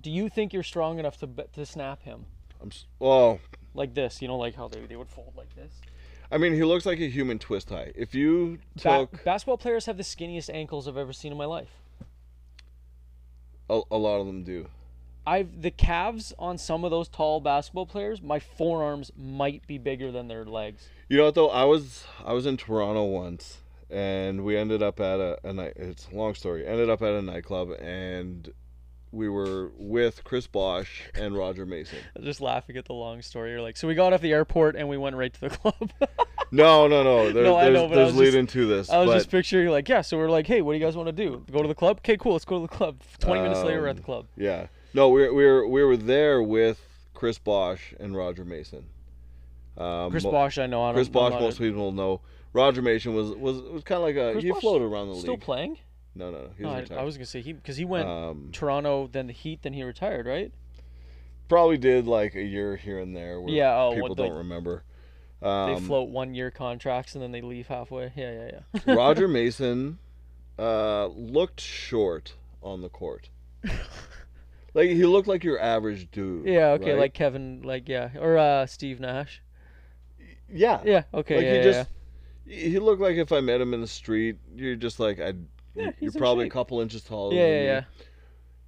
Speaker 1: Do you think you're strong enough to be- to snap him
Speaker 2: I'm s- well,
Speaker 1: like this? You know, like how they they would fold like this.
Speaker 2: I mean, he looks like a human twist high. If you
Speaker 1: Ba-
Speaker 2: took
Speaker 1: basketball players have the skinniest ankles I've ever seen in my life.
Speaker 2: a, a lot of them do.
Speaker 1: I've the calves on some of those tall basketball players. My forearms might be bigger than their legs.
Speaker 2: You know what though? I was I was in Toronto once, and we ended up at a, a night. It's a long story. Ended up at a nightclub, and we were with Chris Bosch and Roger Mason.
Speaker 1: I'm just laughing at the long story. You're like, so we got off the airport and we went right to the club.
Speaker 2: No, no, no. There,
Speaker 1: No, I
Speaker 2: there's
Speaker 1: know, but I
Speaker 2: there's
Speaker 1: was just-
Speaker 2: leading to this.
Speaker 1: I was
Speaker 2: but
Speaker 1: just picturing like, yeah. So we're like, hey, what do you guys want to do? Go to the club? Okay, cool. Let's go to the club. Twenty minutes later, we're at the
Speaker 2: Um,
Speaker 1: club.
Speaker 2: yeah, no, we were- we were we were there with Chris Bosch and Roger Mason. Um,
Speaker 1: Chris
Speaker 2: mo-
Speaker 1: Bosch, I know. I don't,
Speaker 2: Chris
Speaker 1: I'm
Speaker 2: Bosch,
Speaker 1: not
Speaker 2: most
Speaker 1: a,
Speaker 2: people know. Roger Mason was was was kind of like a
Speaker 1: Chris
Speaker 2: he
Speaker 1: Bosch
Speaker 2: floated around the league.
Speaker 1: still playing.
Speaker 2: no, no, no, he
Speaker 1: No,
Speaker 2: was
Speaker 1: I,
Speaker 2: retired.
Speaker 1: I was gonna say he because he went
Speaker 2: um,
Speaker 1: Toronto, then the Heat, then he retired, right?
Speaker 2: probably did like a year here and there where
Speaker 1: Yeah, oh,
Speaker 2: people
Speaker 1: what the-
Speaker 2: don't remember. Um,
Speaker 1: they float one year contracts and then they leave halfway. Yeah, yeah, yeah.
Speaker 2: Roger Mason uh, looked short on the court. like he looked like your average dude.
Speaker 1: Yeah, okay,
Speaker 2: right?
Speaker 1: like Kevin, like yeah, or uh, Steve Nash.
Speaker 2: yeah,
Speaker 1: Yeah, okay,
Speaker 2: like
Speaker 1: yeah,
Speaker 2: he
Speaker 1: yeah,
Speaker 2: just he looked like if I met him in the street, you're just like I.
Speaker 1: Yeah,
Speaker 2: you're
Speaker 1: he's in
Speaker 2: probably a
Speaker 1: shape.
Speaker 2: couple inches taller.
Speaker 1: yeah,
Speaker 2: than
Speaker 1: yeah,
Speaker 2: me.
Speaker 1: yeah,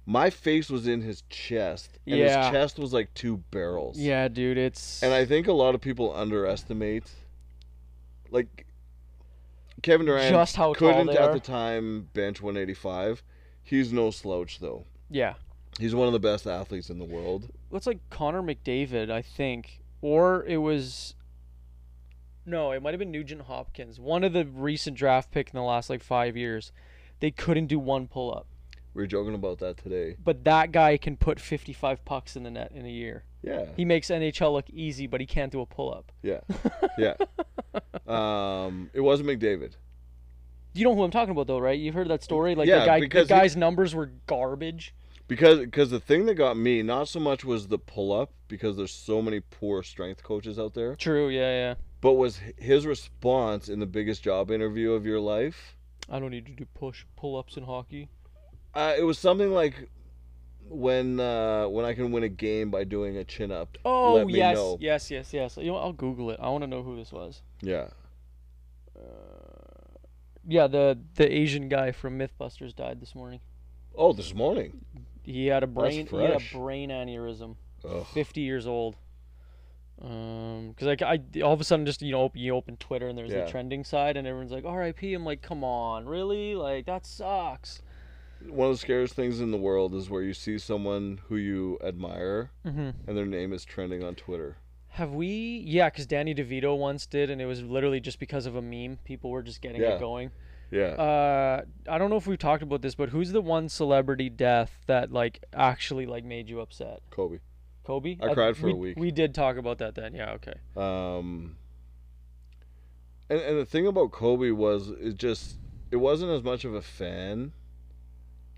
Speaker 2: My face was in his chest, and
Speaker 1: Yeah.
Speaker 2: his chest was like two barrels.
Speaker 1: yeah, dude. It's
Speaker 2: And I think a lot of people underestimate, like, Kevin Durant
Speaker 1: Just how tall
Speaker 2: couldn't
Speaker 1: they
Speaker 2: at
Speaker 1: are.
Speaker 2: the time bench 185. He's no slouch though.
Speaker 1: yeah.
Speaker 2: He's one of the best athletes in the world.
Speaker 1: That's like Connor McDavid, I think, or it was. No, it might have been Nugent Hopkins, one of the recent draft pick in the last like five years. They couldn't do one pull up,
Speaker 2: We were joking about that today.
Speaker 1: but that guy can put 55 pucks in the net in a year.
Speaker 2: Yeah,
Speaker 1: He makes NHL look easy, but he can't do a pull up.
Speaker 2: yeah, yeah. Um, it wasn't McDavid.
Speaker 1: You know who I'm talking about though, right? You've heard that story, like
Speaker 2: Yeah,
Speaker 1: the guy, the
Speaker 2: because he-
Speaker 1: guy's numbers were garbage.
Speaker 2: Because because the thing that got me not so much was the pull up because there's so many poor strength coaches out there,
Speaker 1: True, yeah, yeah.
Speaker 2: but was h- his response in the biggest job interview of your life.
Speaker 1: I don't need to do push pull ups in hockey.
Speaker 2: Uh, it was something like when uh, when I can win a game by doing a chin up.
Speaker 1: Oh
Speaker 2: Let me
Speaker 1: yes,
Speaker 2: know.
Speaker 1: yes, yes, yes. You know, what? I'll Google it. I want to know who this was.
Speaker 2: Yeah.
Speaker 1: Yeah, the the Asian guy from MythBusters died this morning.
Speaker 2: Oh, this morning.
Speaker 1: He had a brain he had
Speaker 2: fresh.
Speaker 1: a brain aneurysm.
Speaker 2: Ugh.
Speaker 1: Fifty years old. Um, because like I all of a sudden just you know op- you open Twitter and there's
Speaker 2: Yeah.
Speaker 1: the trending side and everyone's like R.I.P. I'm like come on really like that sucks.
Speaker 2: One of the scariest things in the world is where you see someone who you admire
Speaker 1: Mm-hmm.
Speaker 2: and their name is trending on Twitter.
Speaker 1: Have we? Yeah, because Danny DeVito once did, and it was literally just because of a meme. People were just getting
Speaker 2: Yeah.
Speaker 1: it going.
Speaker 2: Yeah.
Speaker 1: Uh, I don't know if we've talked about this, but who's the one celebrity death that like actually like made you upset?
Speaker 2: Kobe.
Speaker 1: Kobe. Uh,
Speaker 2: I cried for a
Speaker 1: we,
Speaker 2: week.
Speaker 1: We did talk about that then. Yeah. Okay.
Speaker 2: Um, and, and the thing about Kobe was it just it wasn't as much of a fan.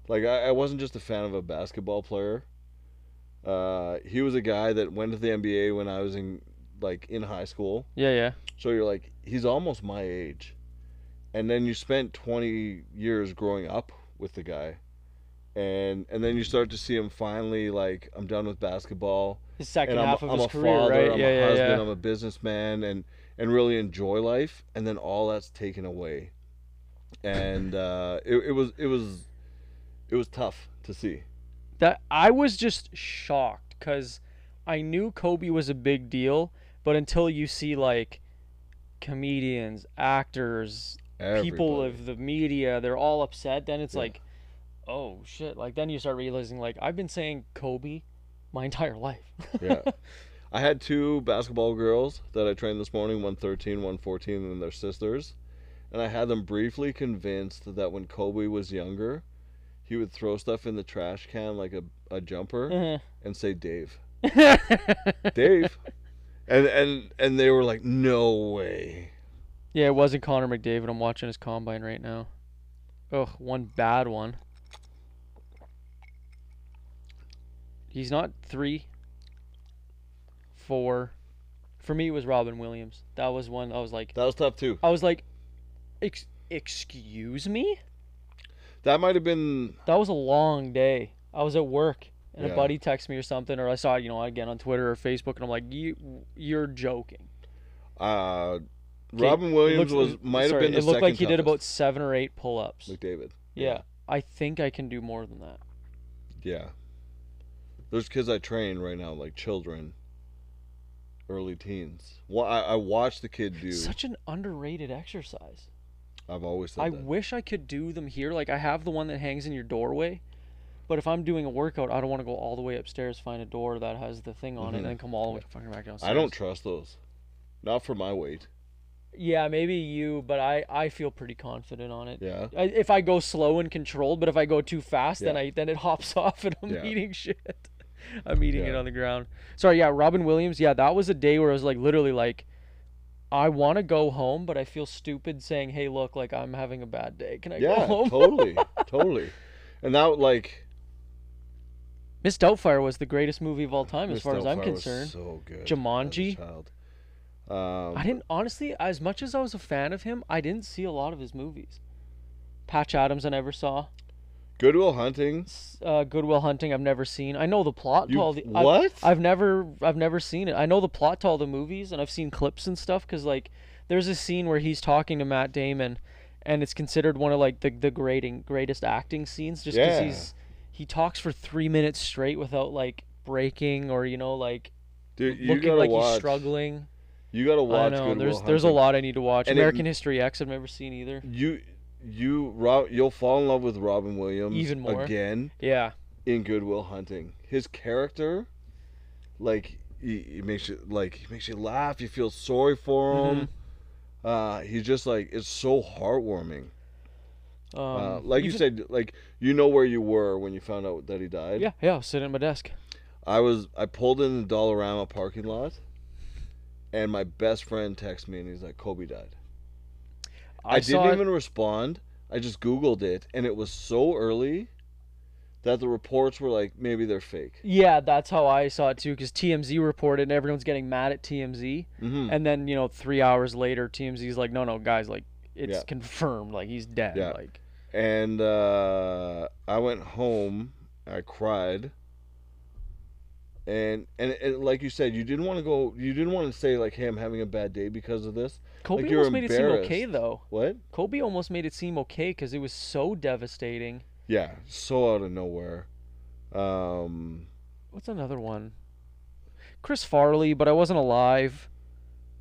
Speaker 2: Like I, I wasn't just a fan of a basketball player. Uh, he was a guy that went to the NBA when I was in like in high school.
Speaker 1: Yeah. Yeah.
Speaker 2: So you're like he's almost my age, and then you spent 20 years growing up with the guy, and and then you start to see him finally like I'm done with basketball
Speaker 1: His second
Speaker 2: and I'm,
Speaker 1: half of
Speaker 2: I'm
Speaker 1: his
Speaker 2: a
Speaker 1: career,
Speaker 2: father,
Speaker 1: right?
Speaker 2: I'm
Speaker 1: yeah.
Speaker 2: a
Speaker 1: yeah.
Speaker 2: husband,
Speaker 1: yeah.
Speaker 2: I'm a businessman, and and really enjoy life, and then all that's taken away, and uh, it, it was it was it was tough to see.
Speaker 1: that I was just shocked because I knew Kobe was a big deal, but until you see like comedians, actors, people
Speaker 2: Everybody.
Speaker 1: of the media, they're all upset, then it's
Speaker 2: Yeah.
Speaker 1: like, oh shit! Like then you start realizing like I've been saying Kobe my entire life.
Speaker 2: yeah. I had two basketball girls that I trained this morning, one 13, one 14, and their sisters. And I had them briefly convinced that when Kobe was younger, he would throw stuff in the trash can like a, a jumper
Speaker 1: Mm-hmm.
Speaker 2: and say Dave. Dave. And and and they were like, No way.
Speaker 1: yeah, it wasn't Connor McDavid. I'm watching his combine right now. Ugh, one bad one. He's not three, four. For me, it was Robin Williams. That was one I was like,
Speaker 2: That was tough too.
Speaker 1: I was like, Ex- excuse me?
Speaker 2: That might have been
Speaker 1: That was a long day. I was at work and
Speaker 2: Yeah.
Speaker 1: a buddy texted me or something, or I saw it, you know, again on Twitter or Facebook, and I'm like, you, you're joking.
Speaker 2: uh
Speaker 1: Okay,
Speaker 2: Robin
Speaker 1: It
Speaker 2: Williams
Speaker 1: looks-
Speaker 2: was might
Speaker 1: sorry,
Speaker 2: have been the
Speaker 1: It looked like he
Speaker 2: second
Speaker 1: did about
Speaker 2: toughest.
Speaker 1: seven or eight pull-ups.
Speaker 2: McDavid.
Speaker 1: yeah.
Speaker 2: yeah.
Speaker 1: I think I can do more than that.
Speaker 2: Yeah. There's kids I train right now, like children, early teens. Well, I, I watched the kid do.
Speaker 1: Such an underrated exercise.
Speaker 2: I've always said
Speaker 1: I
Speaker 2: that.
Speaker 1: wish I could do them here. Like I have the one that hangs in your doorway, but if I'm doing a workout, I don't want to go all the way upstairs, find a door that has the thing on it,
Speaker 2: Mhm.
Speaker 1: and then come all the way fucking back downstairs.
Speaker 2: I don't trust those. Not for my weight.
Speaker 1: Yeah, maybe you, but I I feel pretty confident on it.
Speaker 2: Yeah.
Speaker 1: I, if I go slow and controlled, but if I go too fast, then
Speaker 2: Yeah.
Speaker 1: I then it hops off and I'm
Speaker 2: Yeah.
Speaker 1: eating shit. I'm eating it
Speaker 2: Yeah.
Speaker 1: on the ground. Sorry, yeah, Robin Williams. Yeah, that was a day where I was like literally like, I want to go home, but I feel stupid saying, "Hey, look, like I'm having a bad day. Can I go
Speaker 2: Yeah,
Speaker 1: home?"
Speaker 2: totally. Totally. And that, like,
Speaker 1: Miss Doubtfire was the greatest movie of all time, as
Speaker 2: Miss
Speaker 1: far as I'm
Speaker 2: Doubtfire was
Speaker 1: concerned.
Speaker 2: so good. as a
Speaker 1: Jumanji.
Speaker 2: child. Um,
Speaker 1: I didn't honestly, as much as I was a fan of him, I didn't see a lot of his movies. Patch Adams, I never saw.
Speaker 2: Goodwill Hunting.
Speaker 1: S- uh, Goodwill Hunting. I've never seen. I know the plot to
Speaker 2: You-
Speaker 1: all the. I've-
Speaker 2: what?
Speaker 1: I've, never, I've never seen it. I know the plot to all the movies, and I've seen clips and stuff. Cause like, there's a scene where he's talking to Matt Damon, and it's considered one of like the the grading greatest acting scenes, just because
Speaker 2: Yeah.
Speaker 1: he's he talks for three minutes straight without like breaking or you know like
Speaker 2: Dude, you
Speaker 1: looking
Speaker 2: gotta
Speaker 1: like
Speaker 2: watch.
Speaker 1: he's struggling.
Speaker 2: You gotta
Speaker 1: I
Speaker 2: watch
Speaker 1: know.
Speaker 2: Goodwill
Speaker 1: there's
Speaker 2: Hunting.
Speaker 1: there's a lot I need to watch.
Speaker 2: And it-
Speaker 1: American History X. I've never seen either.
Speaker 2: You, you, Rob, you'll fall in love with Robin Williams
Speaker 1: Even more.
Speaker 2: again.
Speaker 1: Yeah.
Speaker 2: in Goodwill Hunting. His character, like he, he makes you like he makes you laugh. You feel sorry for
Speaker 1: Mm-hmm.
Speaker 2: him. Uh, he's just like it's so heartwarming.
Speaker 1: Um,
Speaker 2: Uh, like you
Speaker 1: even-
Speaker 2: said, like you know where you were when you found out that he died.
Speaker 1: Yeah, yeah. Sitting at my desk.
Speaker 2: I was I pulled in the Dollarama parking lot, and my best friend texted me and he's like, "Kobe died." I,
Speaker 1: saw
Speaker 2: didn't
Speaker 1: it-
Speaker 2: even respond. I just Googled it, and it was so early that the reports were like maybe they're fake.
Speaker 1: Yeah, that's how I saw it too, because TMZ reported and everyone's getting mad at TMZ.
Speaker 2: Mm-hmm.
Speaker 1: And then, you know, three hours later, TMZ's like, no, no, guys, like, it's
Speaker 2: Yeah.
Speaker 1: confirmed. Like, he's dead.
Speaker 2: Yeah.
Speaker 1: Like,
Speaker 2: and uh, I went home. I cried. And, and and like you said, you didn't want to go. You didn't want to say like, "Hey, I'm having a bad day because of this."
Speaker 1: Kobe
Speaker 2: you're
Speaker 1: almost made it seem okay,
Speaker 2: embarrassed.
Speaker 1: though.
Speaker 2: What?
Speaker 1: Kobe almost made it seem okay because it was so devastating.
Speaker 2: Yeah, so out of nowhere. Um,
Speaker 1: What's another one? Chris Farley, but I wasn't alive.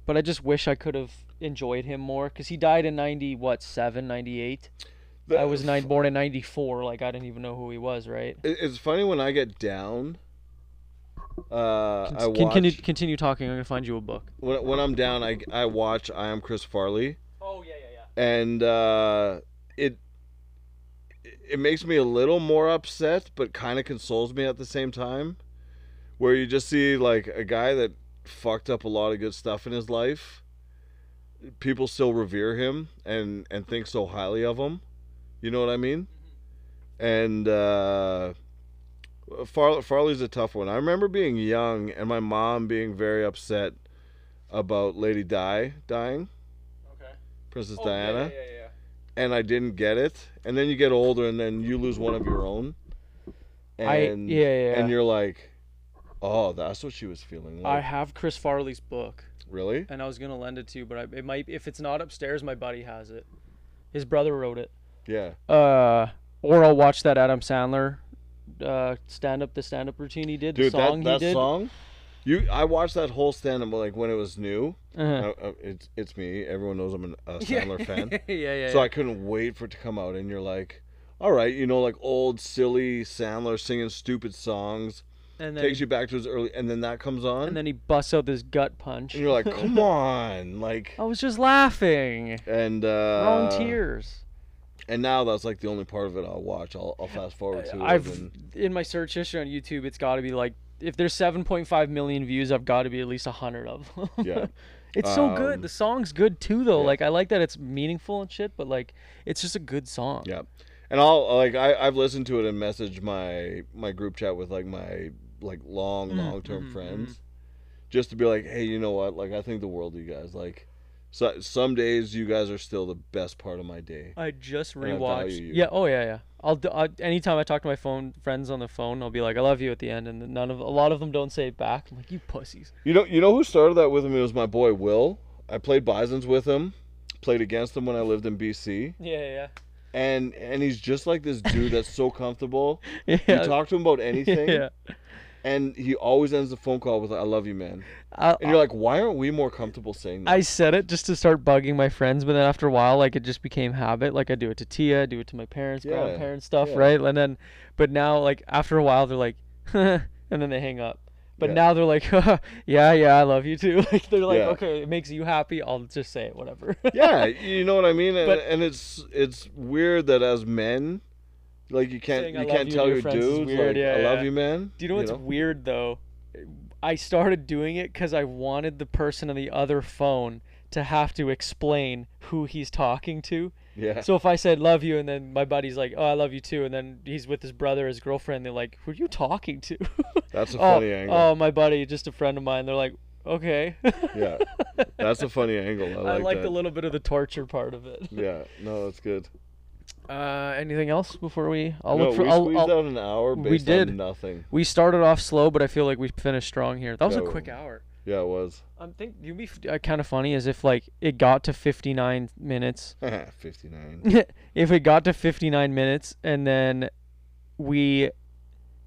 Speaker 1: But I just wish I could have enjoyed him more because he died in ninety what seven ninety eight. I was nine, born in '94. Like I didn't even know who he was, right?
Speaker 2: It- It's funny when I get down. Uh, I
Speaker 1: Can,
Speaker 2: watch
Speaker 1: can, can you continue talking? I'm gonna find you a book.
Speaker 2: when, when I'm down. I I watch I am Chris Farley,
Speaker 1: Oh yeah, yeah,
Speaker 2: and uh, it it makes me a little more upset, but kind of consoles me at the same time. Where you just see like a guy that fucked up a lot of good stuff in his life. People still revere him and and think so highly of him. You know what I mean? And uh, Far- Farley's a tough one. I remember being young and my mom being very upset about Lady Di dying,
Speaker 1: yeah. Okay.
Speaker 2: Princess Diana
Speaker 1: Oh, Yeah, yeah,
Speaker 2: and I didn't get it. And then you get older, and then you lose one of your own.
Speaker 1: I
Speaker 2: And,
Speaker 1: yeah, yeah.
Speaker 2: And you're like, oh, that's what she was feeling.
Speaker 1: I
Speaker 2: Like,
Speaker 1: have Chris Farley's book,
Speaker 2: really?
Speaker 1: and I was gonna lend it to you, but I, it might if it's not upstairs, my buddy has it. His brother wrote it.
Speaker 2: Yeah.
Speaker 1: Uh, or I'll watch that Adam Sandler, uh, stand up the stand up routine he did,
Speaker 2: Dude,
Speaker 1: the song
Speaker 2: that,
Speaker 1: he
Speaker 2: that
Speaker 1: did.
Speaker 2: song. You, I watched that whole stand up like when it was new.
Speaker 1: Uh-huh.
Speaker 2: Uh, uh, it's it's me. Everyone knows I'm an, a
Speaker 1: Yeah.
Speaker 2: Sandler fan,
Speaker 1: yeah, yeah.
Speaker 2: so
Speaker 1: yeah.
Speaker 2: I couldn't wait for it to come out. And you're like, all right, you know, like old silly Sandler singing stupid songs
Speaker 1: and then
Speaker 2: takes
Speaker 1: he,
Speaker 2: you back to his early, and then that comes on,
Speaker 1: and then he busts out this gut punch.
Speaker 2: and you're like, come on, like,
Speaker 1: I was just laughing.
Speaker 2: and uh,
Speaker 1: Wrong tears.
Speaker 2: And now that's like the only part of it I'll watch. I'll, I'll fast forward to it.
Speaker 1: I've
Speaker 2: and-
Speaker 1: in my search history on YouTube, it's got to be like if there's 7.5 million views, I've got to be at least hundred of them.
Speaker 2: Yeah.
Speaker 1: it's so
Speaker 2: Um,
Speaker 1: good. The song's good too, though.
Speaker 2: yeah.
Speaker 1: Like I like that it's meaningful and shit, but like it's just a good song.
Speaker 2: yeah, and I'll like I I've listened to it and messaged my my group chat with like my like long
Speaker 1: Mm,
Speaker 2: long term
Speaker 1: mhm,
Speaker 2: friends, just to be like, hey, you know what? Like I think the world of you guys. Like, so, some days you guys are still the best part of my day.
Speaker 1: I just
Speaker 2: I value
Speaker 1: rewatched.
Speaker 2: you.
Speaker 1: yeah. Oh yeah, yeah. I'll, d- I anytime I talk to my phone friends on the phone, I'll be like, "I love you" at the end, and then none of a lot of them don't say it back. I'm like, "You pussies."
Speaker 2: You know you know who started that with me was my boy Will. I played Bison's with him, played against him when I lived in BC,
Speaker 1: Yeah, yeah,
Speaker 2: and and he's just like this dude that's so comfortable.
Speaker 1: yeah.
Speaker 2: You talk to him about anything.
Speaker 1: yeah.
Speaker 2: And he always ends the phone call with "I love you, man."
Speaker 1: I,
Speaker 2: And you're like, "Why aren't we more comfortable saying that?"
Speaker 1: Ah. I said it just to start bugging my friends, but then after a while, like it just became habit. Like I do it to Tia, I do it to my parents,
Speaker 2: Yeah,
Speaker 1: grandparents, stuff,
Speaker 2: yeah.
Speaker 1: right? And then, but now, like after a while, they're like, and then they hang up. But
Speaker 2: Yeah.
Speaker 1: now they're like, yeah, yeah, I love you too. Like they're like,
Speaker 2: Yeah.
Speaker 1: okay, it makes you happy. I'll just say it, whatever.
Speaker 2: yeah, you know what I mean. And,
Speaker 1: But-
Speaker 2: and it's it's weird that as men, like you can't
Speaker 1: Saying, "I
Speaker 2: you
Speaker 1: love
Speaker 2: can't
Speaker 1: you" to
Speaker 2: tell
Speaker 1: your
Speaker 2: your
Speaker 1: friends is
Speaker 2: dudes
Speaker 1: weird,
Speaker 2: like,
Speaker 1: yeah,
Speaker 2: "I love
Speaker 1: yeah.
Speaker 2: you, man."
Speaker 1: Do you know what's weird though? I started doing it because I wanted the person on the other phone to have to explain who he's talking to.
Speaker 2: Yeah,
Speaker 1: So if I said love you and then my buddy's like, oh, I love you too, and then he's with his brother, his girlfriend, they're like, who are you talking to?
Speaker 2: that's a
Speaker 1: oh,
Speaker 2: funny angle.
Speaker 1: oh, my buddy, just a friend of mine. They're like, okay.
Speaker 2: Yeah, that's a funny angle. I
Speaker 1: I
Speaker 2: like,
Speaker 1: liked
Speaker 2: that.
Speaker 1: a little bit of the torture part of it.
Speaker 2: Yeah, no, that's good.
Speaker 1: Uh, anything else before we? I'll
Speaker 2: no,
Speaker 1: look for.
Speaker 2: we
Speaker 1: I'll,
Speaker 2: squeezed
Speaker 1: I'll-
Speaker 2: out an hour
Speaker 1: we
Speaker 2: based
Speaker 1: did.
Speaker 2: on nothing.
Speaker 1: we started off slow, but I feel like we finished strong here. That was a
Speaker 2: Yeah,
Speaker 1: quick
Speaker 2: we-
Speaker 1: hour.
Speaker 2: Yeah, it was
Speaker 1: I'm think you'd be f- uh, kind of funny as if like it got to 59 minutes.
Speaker 2: fifty nine.
Speaker 1: if it got to 59 minutes and then we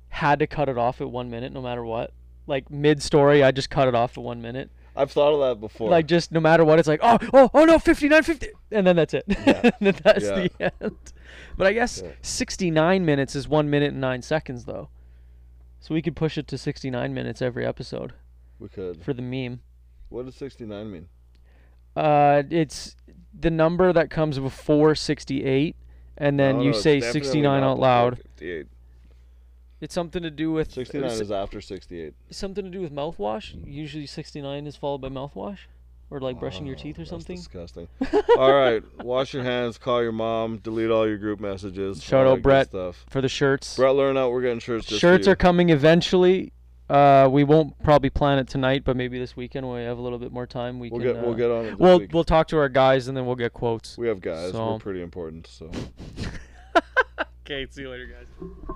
Speaker 1: had to cut it off at one minute no matter what like mid-story i just cut it off at one minute
Speaker 2: I've thought of that before.
Speaker 1: like just no matter what it's like oh oh oh no 59 50 and then that's it
Speaker 2: Yeah.
Speaker 1: And then that's
Speaker 2: Yeah.
Speaker 1: the end but i guess
Speaker 2: Yeah.
Speaker 1: 69 minutes is one minute and nine seconds though so we could push it to 69 minutes every episode
Speaker 2: we could.
Speaker 1: for the meme
Speaker 2: What does sixty nine mean?
Speaker 1: uh it's the number that comes before 68 and then
Speaker 2: No,
Speaker 1: you
Speaker 2: no, Oh, it's
Speaker 1: say
Speaker 2: definitely
Speaker 1: 69
Speaker 2: not
Speaker 1: out
Speaker 2: before
Speaker 1: loud
Speaker 2: 58.
Speaker 1: It's something to do with
Speaker 2: 69
Speaker 1: s-
Speaker 2: is after 68.
Speaker 1: something to do with mouthwash. Usually 69 is followed by mouthwash or like brushing your
Speaker 2: Oh,
Speaker 1: teeth or
Speaker 2: that's
Speaker 1: something.
Speaker 2: disgusting. all right, wash your hands, call your mom, delete all your group messages.
Speaker 1: Shout
Speaker 2: all
Speaker 1: out
Speaker 2: that good
Speaker 1: Brett.
Speaker 2: stuff.
Speaker 1: For the shirts.
Speaker 2: Brett, learn out. We're getting shirts. Just
Speaker 1: shirts
Speaker 2: for
Speaker 1: are coming eventually. Uh, we won't probably plan it tonight, but maybe this weekend when we have a little bit more time, we
Speaker 2: you. We'll
Speaker 1: can.
Speaker 2: get we'll
Speaker 1: uh,
Speaker 2: get on it. This
Speaker 1: we'll,
Speaker 2: week.
Speaker 1: we'll talk to our guys and then we'll get quotes.
Speaker 2: we have guys.
Speaker 1: so-
Speaker 2: We're pretty important. So.
Speaker 1: Okay, see you later, guys.